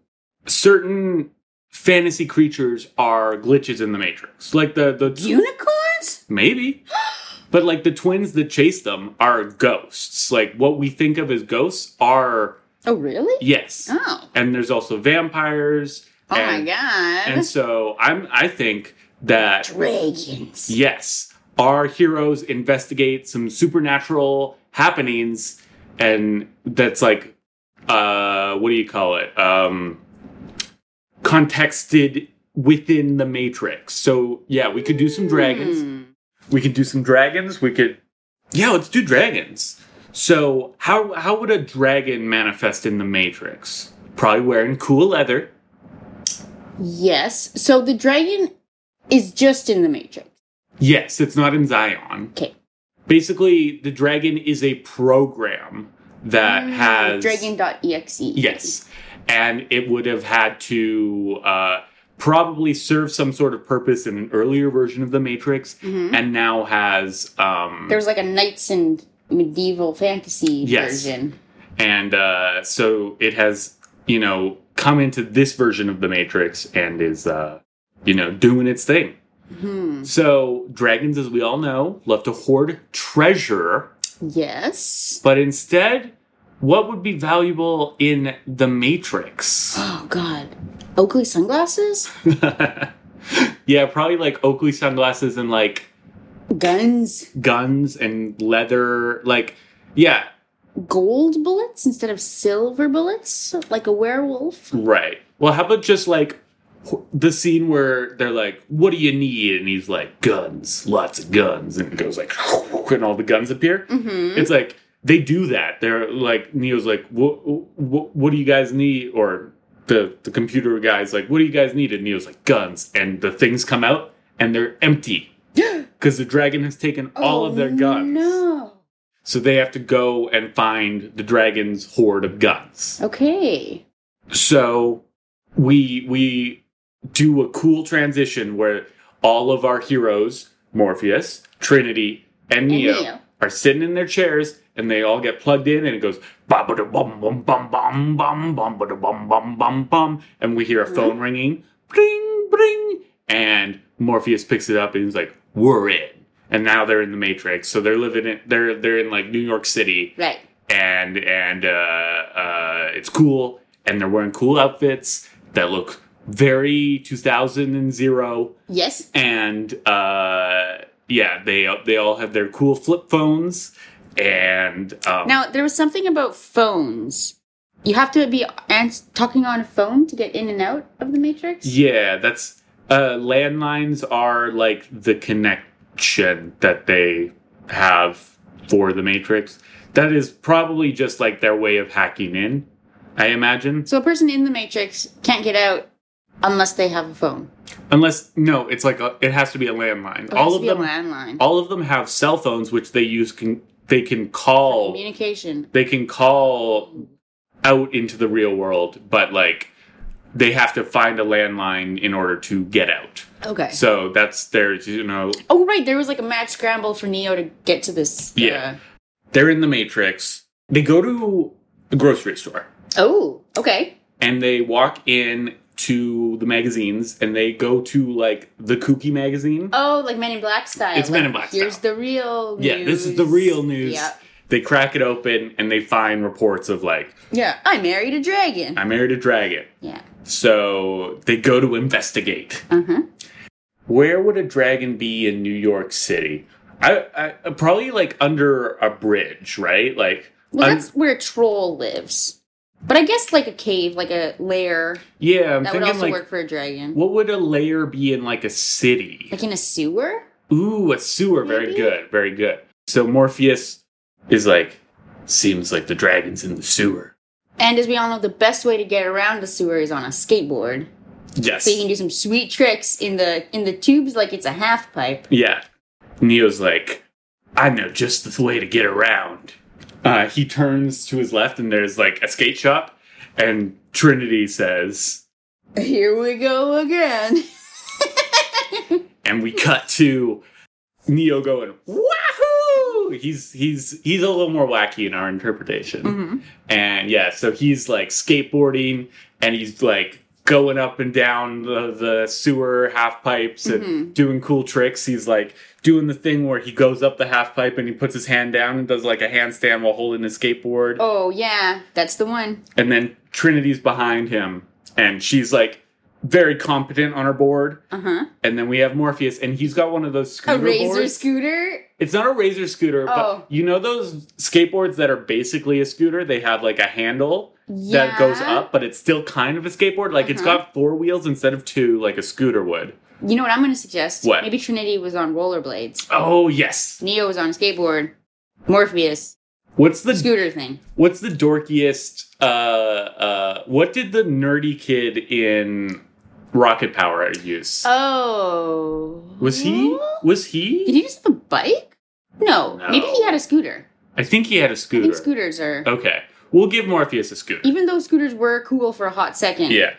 S3: certain fantasy creatures are glitches in the matrix like the the
S2: Unicorns?
S3: maybe but like the twins that chase them are ghosts like what we think of as ghosts are
S2: Oh, really?
S3: yes
S2: Oh.
S3: and there's also vampires and,
S2: god.
S3: and so i'm i think that
S2: Dragons.
S3: yes our heroes investigate some supernatural happenings and that's like uh what do you call it um contexted within the matrix so yeah we could do some dragons
S2: Hmm.
S4: Hmm.
S3: we could do some dragons we could yeah let's do dragons so how how would a dragon manifest in the matrix probably wearing cool leather
S4: Yes. So the dragon is just in the Matrix.
S3: yes it's not in zion
S4: Okay.
S3: basically the dragon is a program that has
S4: Dragon.exe.
S3: yes and it would have had to uh, probably serve some sort of purpose in an earlier version of the matrix and now has um
S4: There's like a knights and medieval fantasy
S3: Yes.
S4: version.
S3: and uh so it has you know come into this version of the matrix and is uh you know doing its thing
S4: Hmm.
S3: so dragons as we all know love to hoard treasure
S4: Yes.
S3: But instead, what would be valuable in the Matrix?
S4: Oh god. Oakley sunglasses?
S3: yeah, probably like Oakley sunglasses and like
S4: Guns.
S3: guns and leather. Like, yeah,
S4: Gold bullets instead of silver bullets? Like a werewolf?
S3: right. Well, how about just like wh- the scene where they're like, "What do you need?" and he's like, "Guns, lots of guns," and it goes like, and all the guns appear.
S4: Mm-hmm.
S3: It's like they do that. They're like Neo's like, what, what, what do you guys need? Or the the computer guy's like, what do you guys need? And Neo's like, guns. And the things come out and they're empty because the dragon has taken
S2: Oh,
S3: all of their guns.
S4: Oh, No.
S3: So they have to go and find the dragon's hoard of guns.
S4: Okay.
S3: So we we do a cool transition where all of our heroes, Morpheus, Trinity, and Neo,
S4: Neo.
S3: are sitting in their chairs and they all get plugged in and it goes bum bum bum bum bum bum bum ba-da, bum bum bum bum and we hear a phone ringing bring bring and Morpheus picks it up and he's like we're in and now they're in the Matrix so they're living in they're they're in like New York City
S4: Right.
S3: and and uh, uh, it's cool, and they're wearing cool outfits that look very 2000 and zero,
S4: Yes.
S3: and uh, yeah, they they all have their cool flip phones, and um,
S2: Now there was something about phones. You have to be ans- talking on a phone to get in and out of the matrix.
S3: Yeah, that's uh landlines are like the connection that they have for the matrix. That is probably just like their way of hacking in, I imagine.
S2: So a person in the matrix can't get out unless they have a phone.
S3: Unless no, it's like a, it has to be a landline.
S2: It has
S3: all
S2: to
S3: of
S2: be a
S3: them
S2: landline
S3: all of them have cell phones which they use can they can call
S2: communication.
S3: they can call out into the real world, but like they have to find a landline in order to get out.
S2: Okay.
S3: So that's their you know
S2: oh right, there was like a mad scramble for Neo to get to this.
S3: Yeah. they're in the matrix they go to a grocery store
S2: uh, oh, okay.
S3: and they walk in to the magazines and they go to like the kooky magazine
S2: Oh, like Men in Black style.
S3: It's Men
S2: like,
S3: in Black
S2: Here's
S3: style.
S2: the real. News.
S3: yeah this is the real news
S2: Yeah.
S3: they crack it open and they find reports of like
S2: Yeah. I married a dragon.
S3: i married a dragon
S2: yeah.
S3: so they go to investigate
S2: Uh
S4: uh-huh.
S2: huh.
S3: where would a dragon be in new york city i, I probably like under a bridge right like
S4: Well,
S3: I'm-
S4: that's where Troll lives. But I guess like a cave, like a lair,
S3: yeah i'm
S4: that would
S3: thinking
S4: also
S3: like
S4: work for a dragon.
S3: what would a layer be in like a city
S4: Like in a sewer?
S3: Ooh, a sewer. Very
S4: Maybe.
S3: good. Very good. So Morpheus is like, seems like the dragon's in the sewer.
S4: And as we all know, the best way to get around the sewer is on a skateboard.
S3: Yes.
S4: So you can do some sweet tricks in the in the tubes like it's a half pipe.
S3: yeah. Neo's like, I know just the way to get around. Uh, he turns to his left and there's like a skate shop, and Trinity says,
S4: Here we go again.
S3: and we cut to Neo going, Wahoo! He's he's he's a little more wacky in our interpretation. And yeah, so he's like skateboarding and he's like going up and down the, the sewer half pipes and doing cool tricks. He's like doing the thing where he goes up the half pipe and he puts his hand down and does like a handstand while holding his skateboard.
S4: Oh yeah, that's the one.
S3: And then Trinity's behind him and she's like very competent on her board.
S4: Uh huh.
S3: And then we have Morpheus and he's got one of those
S4: A
S3: scooter
S4: razor
S3: boards.
S4: scooter.
S3: It's not a razor scooter,
S4: Oh.
S3: but you know those skateboards that are basically a scooter? They have like a handle that
S4: Yeah. Uh-huh.
S3: goes up, but it's still kind of a skateboard. Like it's got four wheels instead of two, like a scooter would.
S4: You know what I'm going to suggest?
S3: What?
S4: Maybe Trinity was on rollerblades.
S3: Oh yes.
S4: Neo was on a skateboard. Morpheus
S3: What's the
S4: scooter thing.
S3: what's the dorkiest uh uh what did the nerdy kid in Rocket Power use?
S4: Uh, Oh.
S3: was he was
S4: Did
S3: he?
S4: he just have a bike? No.
S3: No.
S4: Maybe he had a scooter.
S3: I think he had a
S4: I
S3: scooter. Oh.
S4: think scooters are.
S3: Okay. We'll give Morpheus a scooter.
S4: Even though scooters were cool for a hot second,
S3: Yeah.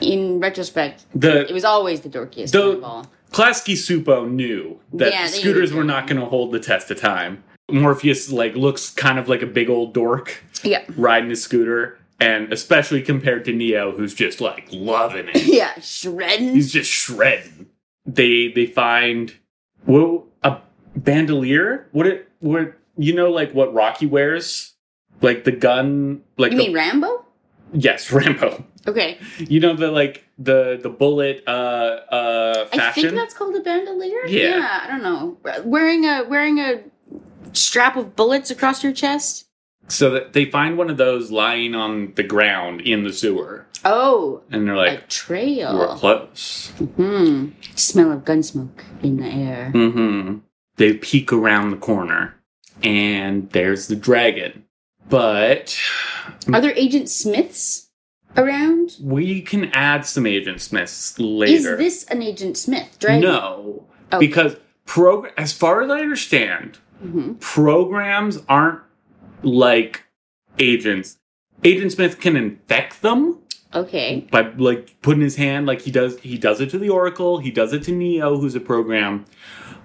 S4: in retrospect,
S3: The
S4: it was always the dorkiest
S3: The-
S4: one of all.
S3: Klasky Supo knew that
S4: Yeah, they
S3: scooters
S4: knew.
S3: were not going to hold the test of time. Morpheus like looks kind of like a big old dork
S4: Yeah.
S3: riding his scooter, and especially compared to Neo, who's just like loving it.
S4: Yeah, shredding.
S3: He's just shredding. They they find well a bandolier. What it what you know like what Rocky wears, like the gun, like
S4: you
S3: the,
S4: mean Rambo?
S3: yes Rambo.
S4: Okay.
S3: You know the like the the bullet uh uh
S4: I think
S3: fashion.
S4: that's called a bandolier.
S3: Yeah.
S4: I don't know. Wearing a wearing a strap of bullets across your chest.
S3: So that they find one of those lying on the ground in the sewer,
S4: Oh,
S3: and they're
S4: a
S3: like,
S4: trail.
S3: "We're close."
S4: Hmm. Smell of gun smoke in the air.
S3: Mm-hmm. They peek around the corner, and there's the dragon. But Mm-hmm.
S4: Are there Agent Smiths around?
S3: we can add some Agent Smiths
S4: Is
S3: later.
S4: this an Agent Smith? Dragon?
S3: No,
S4: Oh.
S3: because program. As far as I understand,
S4: Mhm.
S3: programs aren't like agents. Agent Smith can infect them.
S4: Okay.
S3: by like putting his hand like he does he does it to the oracle he does it to neo who's a program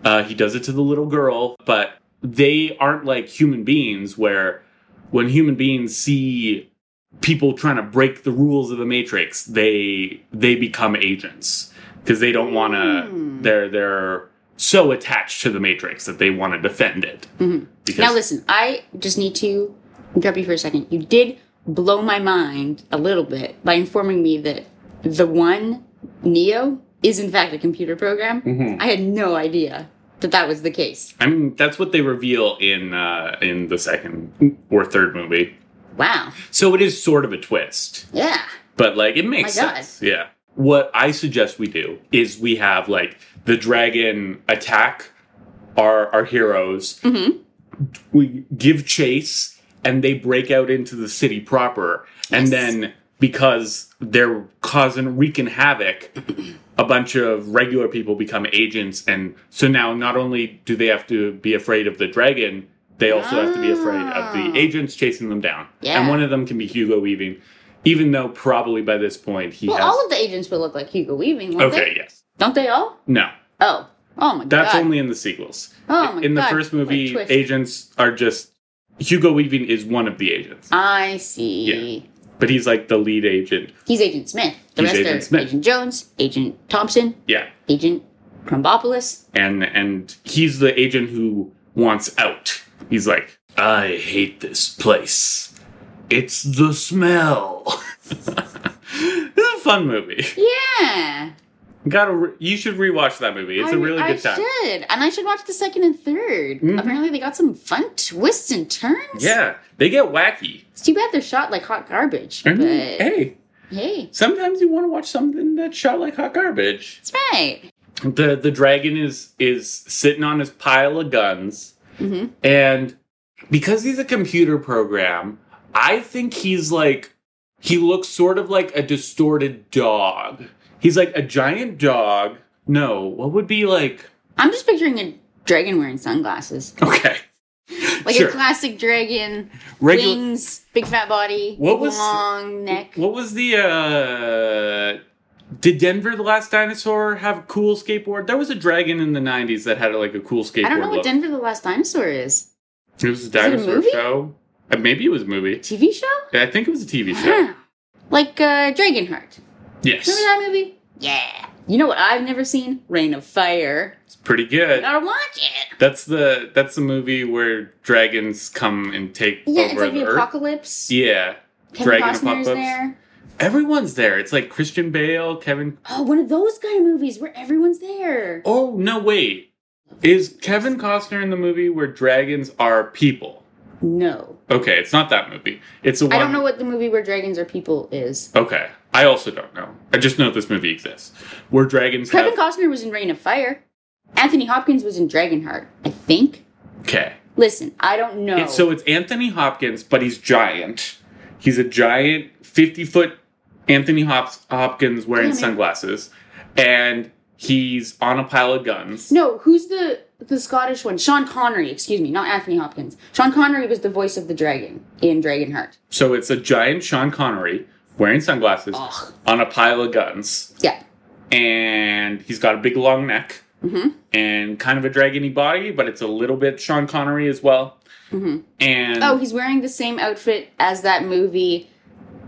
S3: uh, he does it to the little girl but they aren't like human beings where when human beings see people trying to break the rules of the matrix they they become agents because they don't want to
S4: Hmm.
S3: they're they're so attached to the matrix that they want to defend it
S4: Mhm.
S3: because
S4: Now listen, I just need to
S2: interrupt you for a second. You did blow my mind a little bit by informing me that the one Neo is in fact a computer program.
S3: Mm-hmm.
S2: I had no idea that that was the case.
S3: I mean, that's what they reveal in uh, in the second or third movie.
S2: Wow.
S3: So it is sort of a twist,
S2: Yeah.
S3: but like it makes
S2: My God.
S3: sense. Yeah. What I suggest we do is we have like the dragon attack our our heroes.
S2: Mm-hmm.
S3: We give chase, and they break out into the city proper,
S2: Yes.
S3: and then because they're causing wreaking havoc. A bunch of regular people become agents, and so now not only do they have to be afraid of the dragon, they also have to be afraid of the
S2: Ah.
S3: agents chasing them down.
S2: Yeah.
S3: And one of them can be Hugo Weaving, even though probably by this point he
S2: Well,
S3: has.
S2: all of the agents will look like Hugo Weaving, won't
S3: okay,
S2: they?
S3: yes.
S2: Don't they all?
S3: No,
S2: Oh. Oh my
S3: that's
S2: god.
S3: only in the sequels.
S2: Oh my
S3: in the
S2: God,
S3: first
S2: what a
S3: movie,
S2: twist.
S3: agents are just. Hugo Weaving is one of the agents,
S2: I see.
S3: but he's like the lead agent.
S2: He's Agent Smith. The
S3: He's
S2: rest
S3: Agent
S2: are
S3: Smith.
S2: Agent Jones, Agent Thompson,
S3: Yeah.
S2: Agent Crumbopoulos.
S3: and and he's the agent who wants out. He's like, I hate this place. It's the smell. this is a fun movie.
S2: Yeah.
S3: Gotta re- you should rewatch that movie. It's a
S2: I-
S3: really good time.
S2: I should. And I should watch the second and 3rd
S3: Mhm.
S2: Apparently they got some fun twists and turns.
S3: Yeah, they get wacky.
S2: It's too bad they're shot like hot garbage.
S3: I mean,
S2: But
S3: Mm-hmm. hey,
S2: hey.
S3: sometimes you want to watch something that's shot like hot garbage.
S2: That's right.
S3: the the dragon is is sitting on his pile of guns
S2: Mhm.
S3: and because he's a computer program i think he's like he looks sort of like a distorted dog he's like a giant dog no what would be like
S2: I'm just picturing a dragon wearing sunglasses.
S3: okay
S2: Like
S3: Sure.
S2: a classic dragon.
S3: Regu-
S2: wings, big fat body,
S3: What was-
S2: long neck.
S3: what was the uh did denver the last dinosaur have a cool skateboard there was a dragon in the 90s that had like a cool skateboard
S2: I don't know what
S3: look.
S2: Denver the Last Dinosaur is.
S3: it was a
S2: it a
S3: dinosaur
S2: movie?
S3: show Uh, maybe it was a movie
S2: TV show?
S3: I think it was a TV show.
S2: Huh. Like uh, Dragonheart.
S3: yes.
S2: Remember that movie? Yeah. You know what I've never seen? Rain of Fire.
S3: It's pretty good.
S2: Gotta watch it.
S3: That's the that's the movie where dragons come and take
S2: Yeah,
S3: over
S2: it's like
S3: the,
S2: the
S3: earth.
S2: apocalypse.
S3: Yeah.
S2: Kevin
S3: Dragon
S2: Costner's
S3: apocalypse.
S2: there.
S3: Everyone's there. It's like Christian Bale, Kevin
S2: Oh, one of those kind of movies where everyone's there.
S3: Oh no wait. Is Kevin Costner in the movie where dragons are people?
S2: No.
S3: Okay, it's not that movie. It's a one
S2: I don't know what the movie where dragons are people is.
S3: Okay. I also don't know. I just know this movie exists. Where dragons
S2: Kevin
S3: have
S2: Costner was in Rain of Fire. Anthony Hopkins was in Dragonheart, I think.
S3: Okay.
S2: Listen, I don't know.
S3: It's, so it's Anthony Hopkins, but he's giant. He's a giant, fifty foot Anthony Hop- Hopkins wearing
S2: Damn it.
S3: sunglasses, and he's on a pile of guns.
S2: No, who's the the Scottish one? Sean Connery, excuse me, not Anthony Hopkins. Sean Connery was the voice of the dragon in Dragonheart.
S3: So it's a giant Sean Connery wearing sunglasses
S2: Ugh.
S3: on a pile of guns,
S2: Yeah.
S3: and he's got a big long neck
S2: Mhm.
S3: and kind of a dragony body, but it's a little bit Sean Connery as well.
S2: Mhm.
S3: And
S2: Oh, he's wearing the same outfit as that movie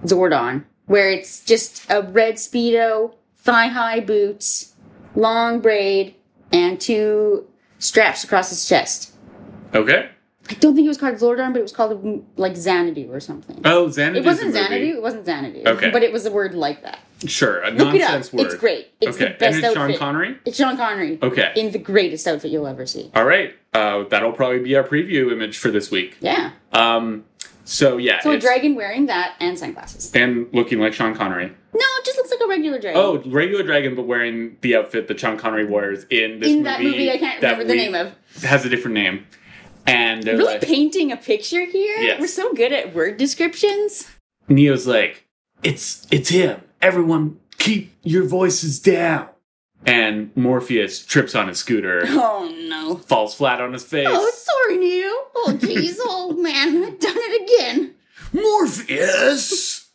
S2: Zordon, where it's just a red speedo, thigh high boots, long braid, and two straps across his chest.
S3: okay.
S2: I don't think it was called Zordon, but it was called mm, like Xanadu or something.
S3: Oh, Xanadu's
S2: it wasn't
S3: a movie.
S2: Xanadu. It wasn't Xanadu.
S3: Okay.
S2: But it was a word like that.
S3: Sure, a
S2: Look it up.
S3: nonsense word.
S2: It's great. It's
S3: okay,
S2: the best
S3: and it's
S2: outfit.
S3: Sean Connery.
S2: It's Sean Connery.
S3: Okay.
S2: In the greatest outfit you'll ever see.
S3: All right. Uh, that'll probably be our preview image for this week.
S2: Yeah.
S3: Um, so yeah.
S2: So a
S3: it's-
S2: dragon wearing that and sunglasses.
S3: and looking like Sean Connery.
S2: No, it just looks like a regular dragon.
S3: Oh, regular dragon, but wearing the outfit that Sean Connery wears in this
S2: in
S3: movie.
S2: that movie I can't
S3: that
S2: remember the
S3: we-
S2: name of.
S3: Has a different name. And they're
S2: Really
S3: like,
S2: painting a picture here?
S3: Yes.
S2: We're so good at word descriptions.
S3: Neo's like, it's it's him. Everyone, keep your voices down. And Morpheus trips on his scooter,
S2: Oh no.
S3: falls flat on his face.
S2: Oh, sorry, Neil. Oh jeez, old man, I've done it again.
S3: Morpheus!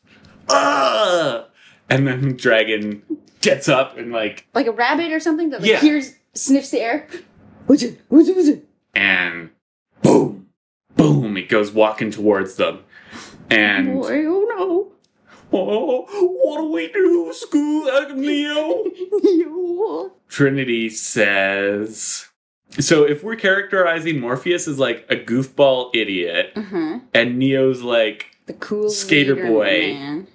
S3: Ah! And then Dragon gets up and like,
S2: Like a rabbit or something that like,
S3: Yeah.
S2: hears sniffs the air. What's it? What's it? What's it?
S3: and boom, boom, it goes walking towards them. And
S2: Boy, oh
S3: oh, what do we do, school Agnio?
S2: no. Neil.
S3: Trinity says, So if we're characterizing Morpheus as like a goofball idiot
S2: Uh-huh.
S3: and Neo's like,
S2: The cool
S3: Skater
S2: leader
S3: boy.
S2: Man.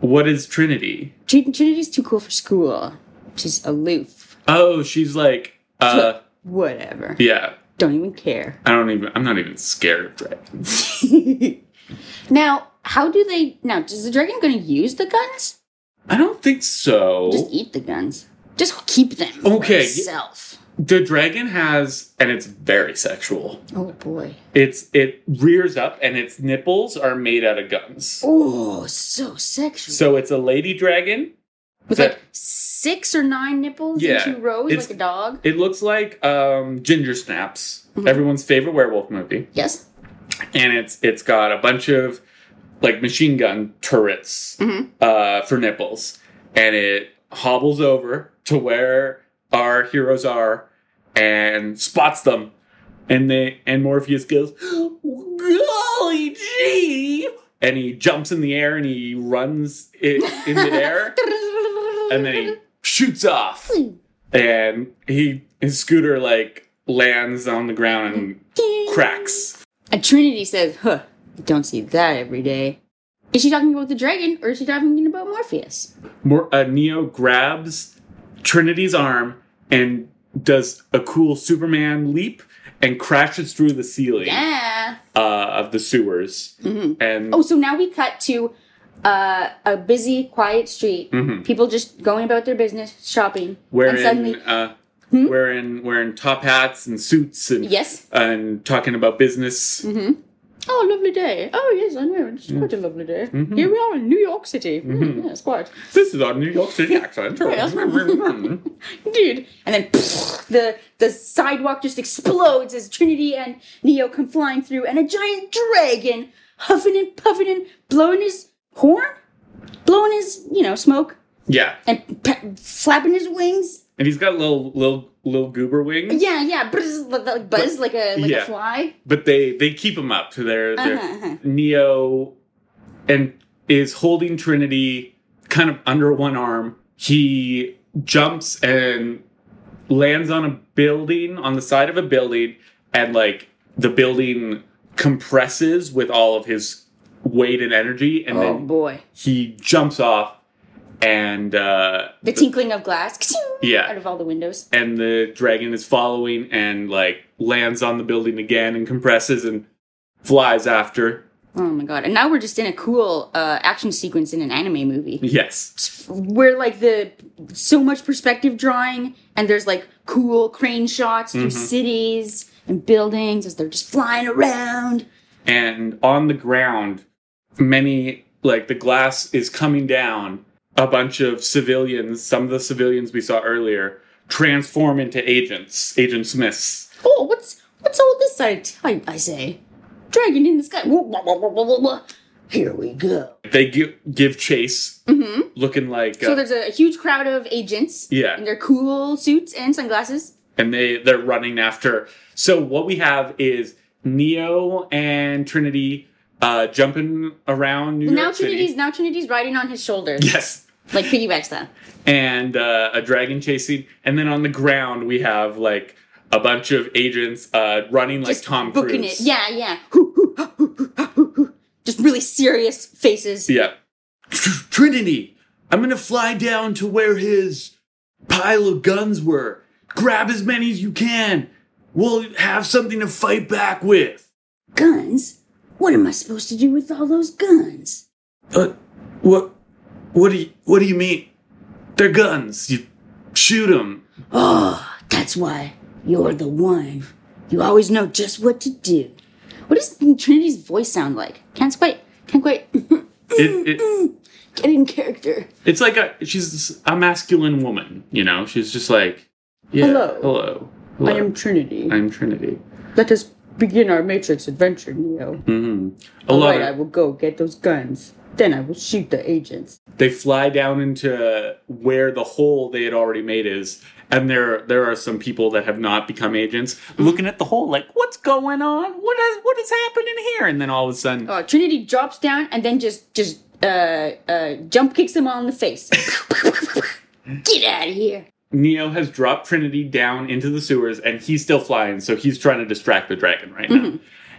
S3: what is Trinity?
S2: Trin- Trinity's too cool for school. She's aloof.
S3: Oh, she's like, uh,
S2: Whatever.
S3: yeah.
S2: Don't even care.
S3: I don't even. I'm not even scared of dragons.
S2: now, how do they? Now, is the dragon going to use the guns?
S3: I don't think so.
S2: Just eat the guns. Just keep them. for
S3: Oh. Okay.
S2: Himself.
S3: The dragon has, and it's very sexual.
S2: Oh boy.
S3: It's it rears up, and its nipples are made out of guns.
S2: Oh, so sexual.
S3: So it's a lady dragon.
S2: With
S3: that-
S2: like six or nine nipples
S3: Yeah,
S2: in two rows,
S3: it's-
S2: like a dog.
S3: It looks like um, Ginger Snaps, everyone's favorite werewolf movie,
S2: Yes.
S3: and it's it's got a bunch of like machine gun turrets uh, for nipples, and it hobbles over to where our heroes are and spots them, and they and Morpheus goes, "Golly gee!" and he jumps in the air and he runs it in the air, and then he shoots off and he his scooter like lands on the ground and cracks.
S2: And Trinity says, huh, you don't see that every day. Is she talking about the dragon or is she talking about Morpheus?
S3: Mor- uh, Neo grabs Trinity's arm and does a cool Superman leap and crashes through the ceiling
S2: Yeah.
S3: uh, of the sewers. And
S2: Oh, so now we cut to uh, a busy, quiet street.
S3: Mm-hmm.
S2: People just going about their business, shopping.
S3: wearing
S2: and suddenly, Hmm?
S3: uh, wearing wearing top hats and suits and
S2: Yes.
S3: and talking about business.
S2: oh, lovely day. Oh, yes, I know. It's quite a lovely day.
S3: Mm-hmm.
S2: Here we are in New York City. Mm, yeah, it's quite.
S3: This is our New York City accent.
S2: Dude. And then the the sidewalk just explodes as Trinity and Neo come flying through, and a giant dragon huffing and puffing and blowing his horn, blowing his you know smoke,
S3: yeah,
S2: and pe- flapping his wings.
S3: and he's got little little little goober wings.
S2: Yeah, yeah, buzz, like, buzz like a like
S3: yeah.
S2: a fly.
S3: but they they keep him up. They're, they're
S2: Uh-huh, uh-huh.
S3: Neo and is holding Trinity kind of under one arm. He jumps and lands on a building on the side of a building, and like the building compresses with all of his weight and energy, and
S2: Oh
S3: then
S2: boy,
S3: he jumps off and uh,
S2: the tinkling of glass
S3: yeah
S2: out of all the windows.
S3: and the dragon is following and like lands on the building again and compresses and flies after.
S2: Oh my god! And now we're just in a cool uh, action sequence in an anime movie.
S3: Yes.
S2: where like the so much perspective drawing and there's like cool crane shots
S3: Mm-hmm.
S2: through cities and buildings as they're just flying around
S3: And on the ground, many like the glass is coming down. A bunch of civilians, some of the civilians we saw earlier, transform into agents, Agent Smiths.
S2: oh what's what's all this i i, I say dragon in the sky Whoa, whoa, whoa, whoa, whoa, whoa, whoa. here we go
S3: They give, give chase, looking like,
S2: so
S3: uh,
S2: there's a huge crowd of agents
S3: Yeah.
S2: in their cool suits and sunglasses
S3: and they they're running after. So what we have is Neo and Trinity uh, jumping around New
S2: now
S3: York City.
S2: trinity's now trinity's riding on his shoulders
S3: Yes.
S2: like piggyback style
S3: And uh, a dragon chasing. And then on the ground, we have like a bunch of agents uh, running like
S2: Just
S3: Tom
S2: booking
S3: Cruise.
S2: it yeah yeah Hoo, hoo, ha, hoo, hoo, ha, hoo, hoo. just really serious faces
S3: Yeah. Tr- Trinity, I'm going to fly down to where his pile of guns were. Grab as many as you can. We'll have something to fight back with.
S2: Guns? What am I supposed to do with all those guns?
S3: Uh, what? What do you? What do you mean? They're guns. You shoot them.
S2: Oh, that's why you're the one. You always know just what to do. What does Trinity's voice sound like? Can't quite, can't quite
S3: It, it,
S2: get in character.
S3: it's like a she's a masculine woman. You know, she's just like, yeah,
S2: Hello.
S3: hello, hello.
S2: Trinity.
S3: I'm Trinity.
S2: Let us begin our Matrix adventure, Neo. Oh,
S3: A lot. of-
S2: will go get those guns. Then I will shoot the agents.
S3: they fly down into where the hole they had already made is, and there there are some people that have not become agents looking at the hole like, what's going on? What is what is happening here? And then all of a sudden,
S2: Oh, Trinity drops down and then just just uh uh jump kicks them all in the face. Get out of here.
S3: Neo has dropped Trinity down into the sewers and he's still flying, so he's trying to distract the dragon right
S2: Mm-hmm.
S3: now.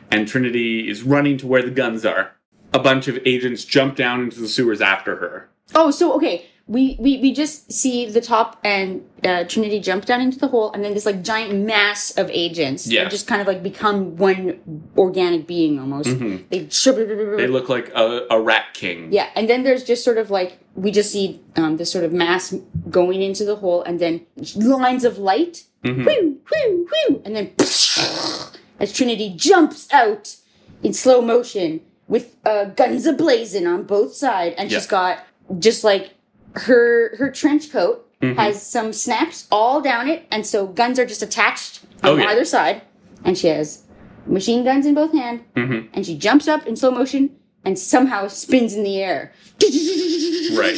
S3: And Trinity is running to where the guns are. A bunch of agents jump down into the sewers after her.
S2: Oh, so okay. We, we, we just see the top and uh, Trinity jump down into the hole, and then this like giant mass of agents. They
S3: Yeah.
S2: just kind of like become one organic being almost. They,
S3: Mm-hmm. They look like a, a rat king.
S2: yeah, and then there's just sort of like we just see um, this sort of mass going into the hole, and then lines of light, whew, whew, whew, and then as Trinity jumps out in slow motion with uh, guns ablazing on both sides, and she's
S3: Yeah.
S2: got just like her her trench coat
S3: Mm-hmm.
S2: has some snaps all down it, and so guns are just attached on
S3: Oh, yeah.
S2: either side, and she has machine guns in both hand,
S3: Mm-hmm.
S2: and she jumps up in slow motion and somehow spins in the air.
S3: Right,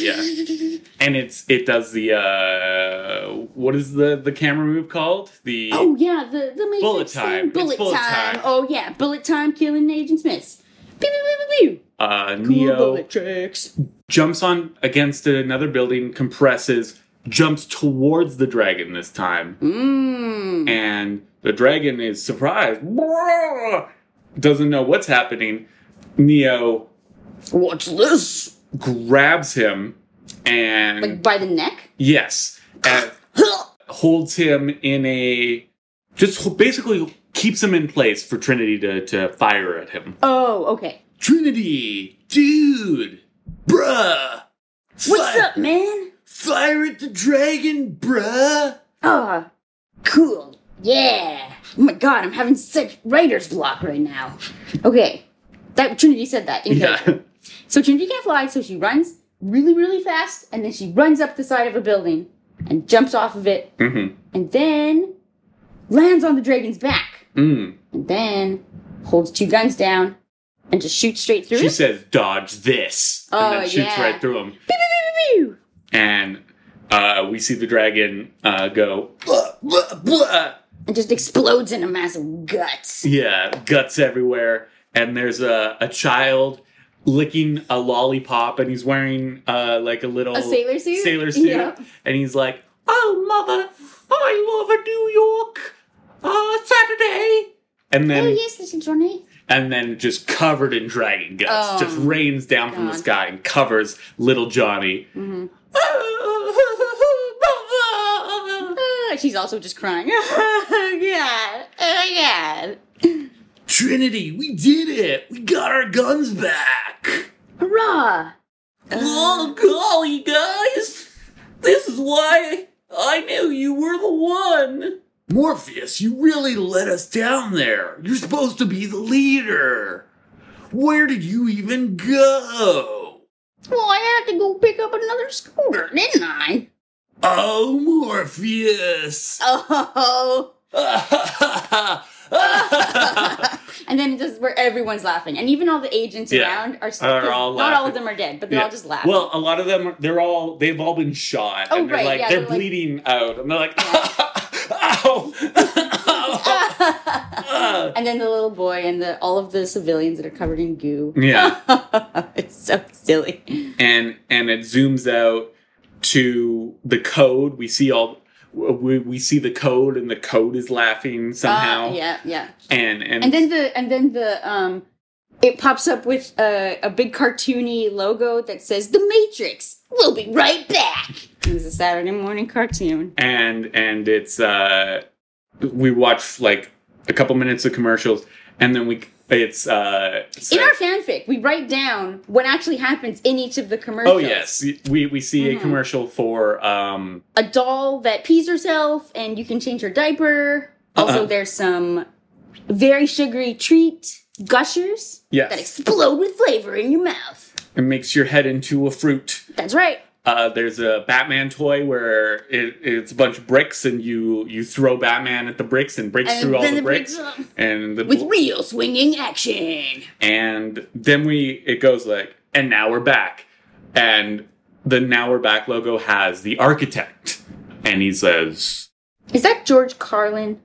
S3: yeah. And it's it does the uh what is the the camera move called? The
S2: Oh yeah, the the Matrix
S3: Bullet
S2: thing.
S3: time. It's
S2: Bullet,
S3: bullet
S2: time.
S3: time.
S2: Oh yeah, bullet time. Killing Agent Smith. Pew, pew, pew, pew, pew.
S3: uh
S2: Cool
S3: Neo
S2: bullet tricks.
S3: jumps on against another building, compresses, jumps towards the dragon this time,
S2: Mmm.
S3: and the dragon is surprised, doesn't know what's happening. Neo
S2: What's this?
S3: grabs him and
S2: Like by the neck.
S3: yes, and holds him in a just basically keeps him in place for Trinity to to fire at him.
S2: Oh okay.
S3: Trinity, dude, bruh,
S2: What's up, man?
S3: Fire at the dragon, bruh.
S2: Ah, cool. Yeah. Oh my god, I'm having such writer's block right now. Okay, that Trinity said that. In character.
S3: Yeah.
S2: So Trinity can't fly, so she runs really, really fast, and then she runs up the side of a building and jumps off of it,
S3: Mm-hmm.
S2: and then lands on the dragon's back,
S3: Mm.
S2: and then holds two guns down and just shoots straight through
S3: She
S2: it.
S3: says, "Dodge this,"
S2: Oh,
S3: and then shoots
S2: yeah.
S3: right through him.
S2: Pew, pew, pew, pew, pew.
S3: And uh, we see the dragon uh, go, "Blah, blah, blah."
S2: And just explodes in a mass of guts.
S3: yeah, guts everywhere. And there's a, a child licking a lollipop, and he's wearing uh, like a little
S2: A sailor suit?
S3: Sailor suit,
S2: Yeah.
S3: and he's like, "Oh mother, I love a New York uh, Saturday." And then
S2: Oh yes, little Johnny.
S3: and then just covered in dragon guts,
S2: Oh,
S3: just rains down from the
S2: God. Mm-hmm.
S3: sky and covers little Johnny.
S2: Ah, she's also just crying. oh god. Oh god.
S3: Trinity, we did it! We got our guns back!
S2: Hurrah! Uh.
S3: oh, golly, guys! This is why I knew you were the one! Morpheus, you really let us down there! You're supposed to be the leader! Where did you even go?
S2: Well, I had to go pick up another scooter, didn't I?
S3: Oh, Morpheus!
S2: Oh.
S3: yeah,
S2: and then just where everyone's laughing, and even all the agents
S3: Yeah.
S2: around are,
S3: Are
S2: because
S3: all
S2: not all
S3: laughing.
S2: of them are dead, but they're all just laughing.
S3: Well, a lot of them, are- they're all, they've all been shot.
S2: Oh,
S3: and they're
S2: right,
S3: like,
S2: yeah,
S3: they're,
S2: they're like-
S3: bleeding out. And they're like, ow!
S2: and then the little boy and the all of the civilians that are covered in goo.
S3: yeah.
S2: it's so silly.
S3: And, and it zooms out to the code. We see all, we, we see the code and the code is laughing somehow.
S2: Uh, yeah, yeah.
S3: And, and,
S2: And then the and then the um, it pops up with a, a big cartoony logo that says "The Matrix." We'll be right back. It was a Saturday morning cartoon.
S3: and and it's uh we watch like a couple minutes of commercials and then we it's uh
S2: In
S3: says-
S2: our fanfic, we write down what actually happens in each of the commercials.
S3: oh yes we we see
S2: Mm-hmm.
S3: a commercial for um
S2: A doll that pees herself and you can change her diaper. Also,
S3: Uh-uh.
S2: there's some very sugary treat gushers
S3: Yes.
S2: that explode with flavor in your mouth.
S3: it makes your head into a fruit
S2: That's right.
S3: uh there's a batman toy where it, it's a bunch of bricks and you you throw batman at the bricks and breaks
S2: And
S3: through all
S2: then
S3: the
S2: it breaks
S3: bricks
S2: up.
S3: and the
S2: With real swinging action.
S3: and then we it goes like and now we're back and the now we're back logo has the architect and he says
S2: Is that George Carlin?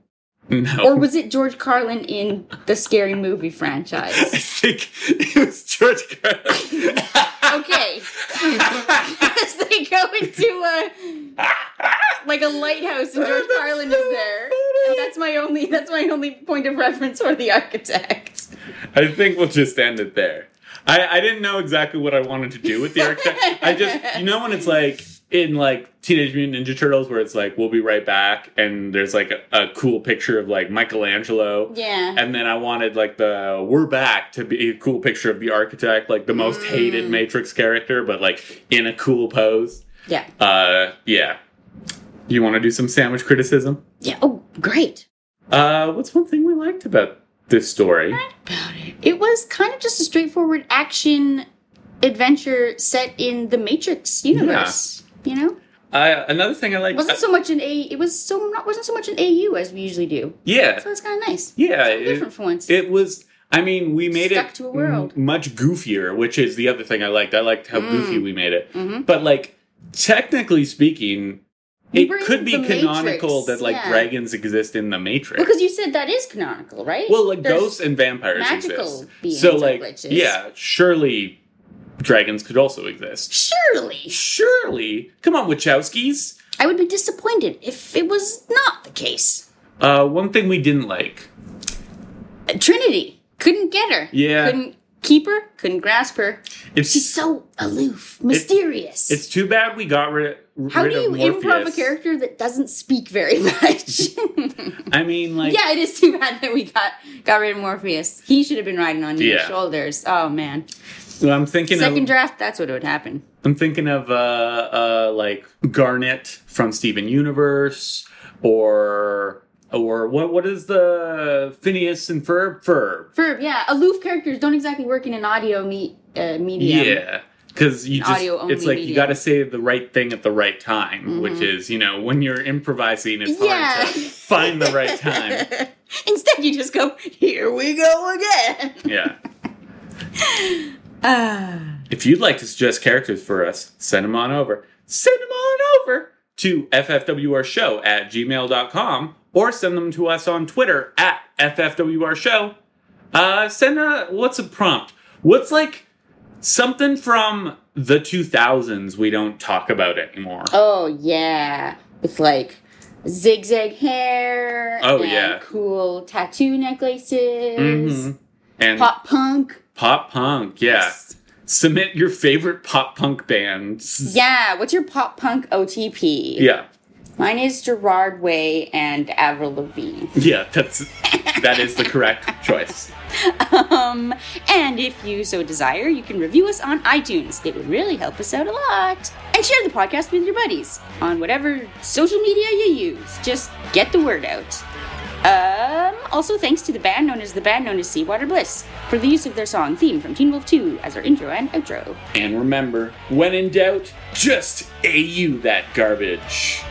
S3: no
S2: Or was it George Carlin in the scary movie
S3: I
S2: franchise?
S3: think it was George Carlin.
S2: Okay. As they go into a like a lighthouse, and George Carlin is there. And that's my only that's my only point of reference for the architect.
S3: I think we'll just end it there. I, I didn't know exactly what I wanted to do with the architect. I just, you know, when it's like in like Teenage Mutant Ninja Turtles, where it's like, we'll be right back, and there's like a, a cool picture of like Michelangelo.
S2: Yeah.
S3: And then I wanted like the we're back to be a cool picture of the architect, like the most
S2: Mm.
S3: hated Matrix character, but like in a cool pose.
S2: Yeah.
S3: Uh, yeah. You want to do some sandwich criticism?
S2: Yeah. Oh, great.
S3: Uh, what's one thing we liked about this story?
S2: About it. It was kind of just a straightforward action adventure set in the Matrix universe. You know,
S3: Uh, another thing I
S2: it
S3: liked.
S2: wasn't so much an A. It was so not wasn't so much an AU as we usually do.
S3: yeah.
S2: So it's kind of nice.
S3: Yeah,
S2: Something
S3: it-
S2: different for once.
S3: It was. I mean, we made
S2: Stuck
S3: it
S2: to a world. Mm.
S3: m- much goofier, which is the other thing I liked. I liked how goofy we made it.
S2: Mm-hmm.
S3: But like, technically speaking,
S2: We
S3: it
S2: were in
S3: could be
S2: the
S3: canonical
S2: Matrix,
S3: that like
S2: yeah.
S3: dragons exist in the Matrix.
S2: because you said that is canonical, right?
S3: well, like
S2: There's-
S3: ghosts and vampires
S2: magical
S3: exist.
S2: beings
S3: so
S2: and
S3: like,
S2: witches.
S3: yeah, surely dragons could also exist.
S2: Surely,
S3: Surely, come on, Wachowskis.
S2: I would be disappointed if it was not the case.
S3: Uh, one thing we didn't like.
S2: Uh, Trinity couldn't get her.
S3: Yeah.
S2: Couldn't keep her. Couldn't grasp her.
S3: It's
S2: She's so aloof, mysterious.
S3: It's too bad we got rid, rid
S2: How do
S3: of
S2: you
S3: Morpheus.
S2: improv a character that doesn't speak very much?
S3: I mean, like,
S2: yeah, it is too bad that we got got rid of Morpheus. He should have been riding on your
S3: Yeah.
S2: shoulders. Oh man,
S3: I'm thinking
S2: second
S3: of,
S2: draft. That's what would happen.
S3: I'm thinking of uh, uh, like Garnet from Steven Universe, or or what what is the Phineas and Ferb Ferb?
S2: Verb, yeah, aloof characters don't exactly work in an audio me- uh, medium.
S3: Yeah, because you
S2: An
S3: just
S2: audio-only
S3: it's like you
S2: medium.
S3: got to say the right thing at the right time, which is you know when you're improvising, it's
S2: Yeah.
S3: hard to find the right time.
S2: Instead, you just go, "Here we go again."
S3: Yeah.
S2: Ah.
S3: If you'd like to suggest characters for us, send them on over. Send them on over to ffwrshow at gmail.com or send them to us on Twitter at ffwrshow. Uh, send a, what's a prompt? What's like something from the 2000s we don't talk about anymore?
S2: Oh yeah, with like zigzag hair.
S3: Oh,
S2: and
S3: yeah.
S2: cool tattoo necklaces.
S3: Mhm. And pop,
S2: Pop punk.
S3: punk, yeah. Submit your favorite pop punk bands.
S2: Yeah. What's your pop punk OTP?
S3: Yeah.
S2: Mine is Gerard Way and Avril Lavigne.
S3: Yeah, that's that is the correct choice.
S2: Um, and if you so desire, you can review us on iTunes. It would really help us out a lot. And share the podcast with your buddies on whatever social media you use. Just get the word out. Um, also, thanks to the band known as the band known as Seawater Bliss for the use of their song theme from Teen Wolf 2 as our intro and outro.
S3: And remember, when in doubt, just AU that garbage.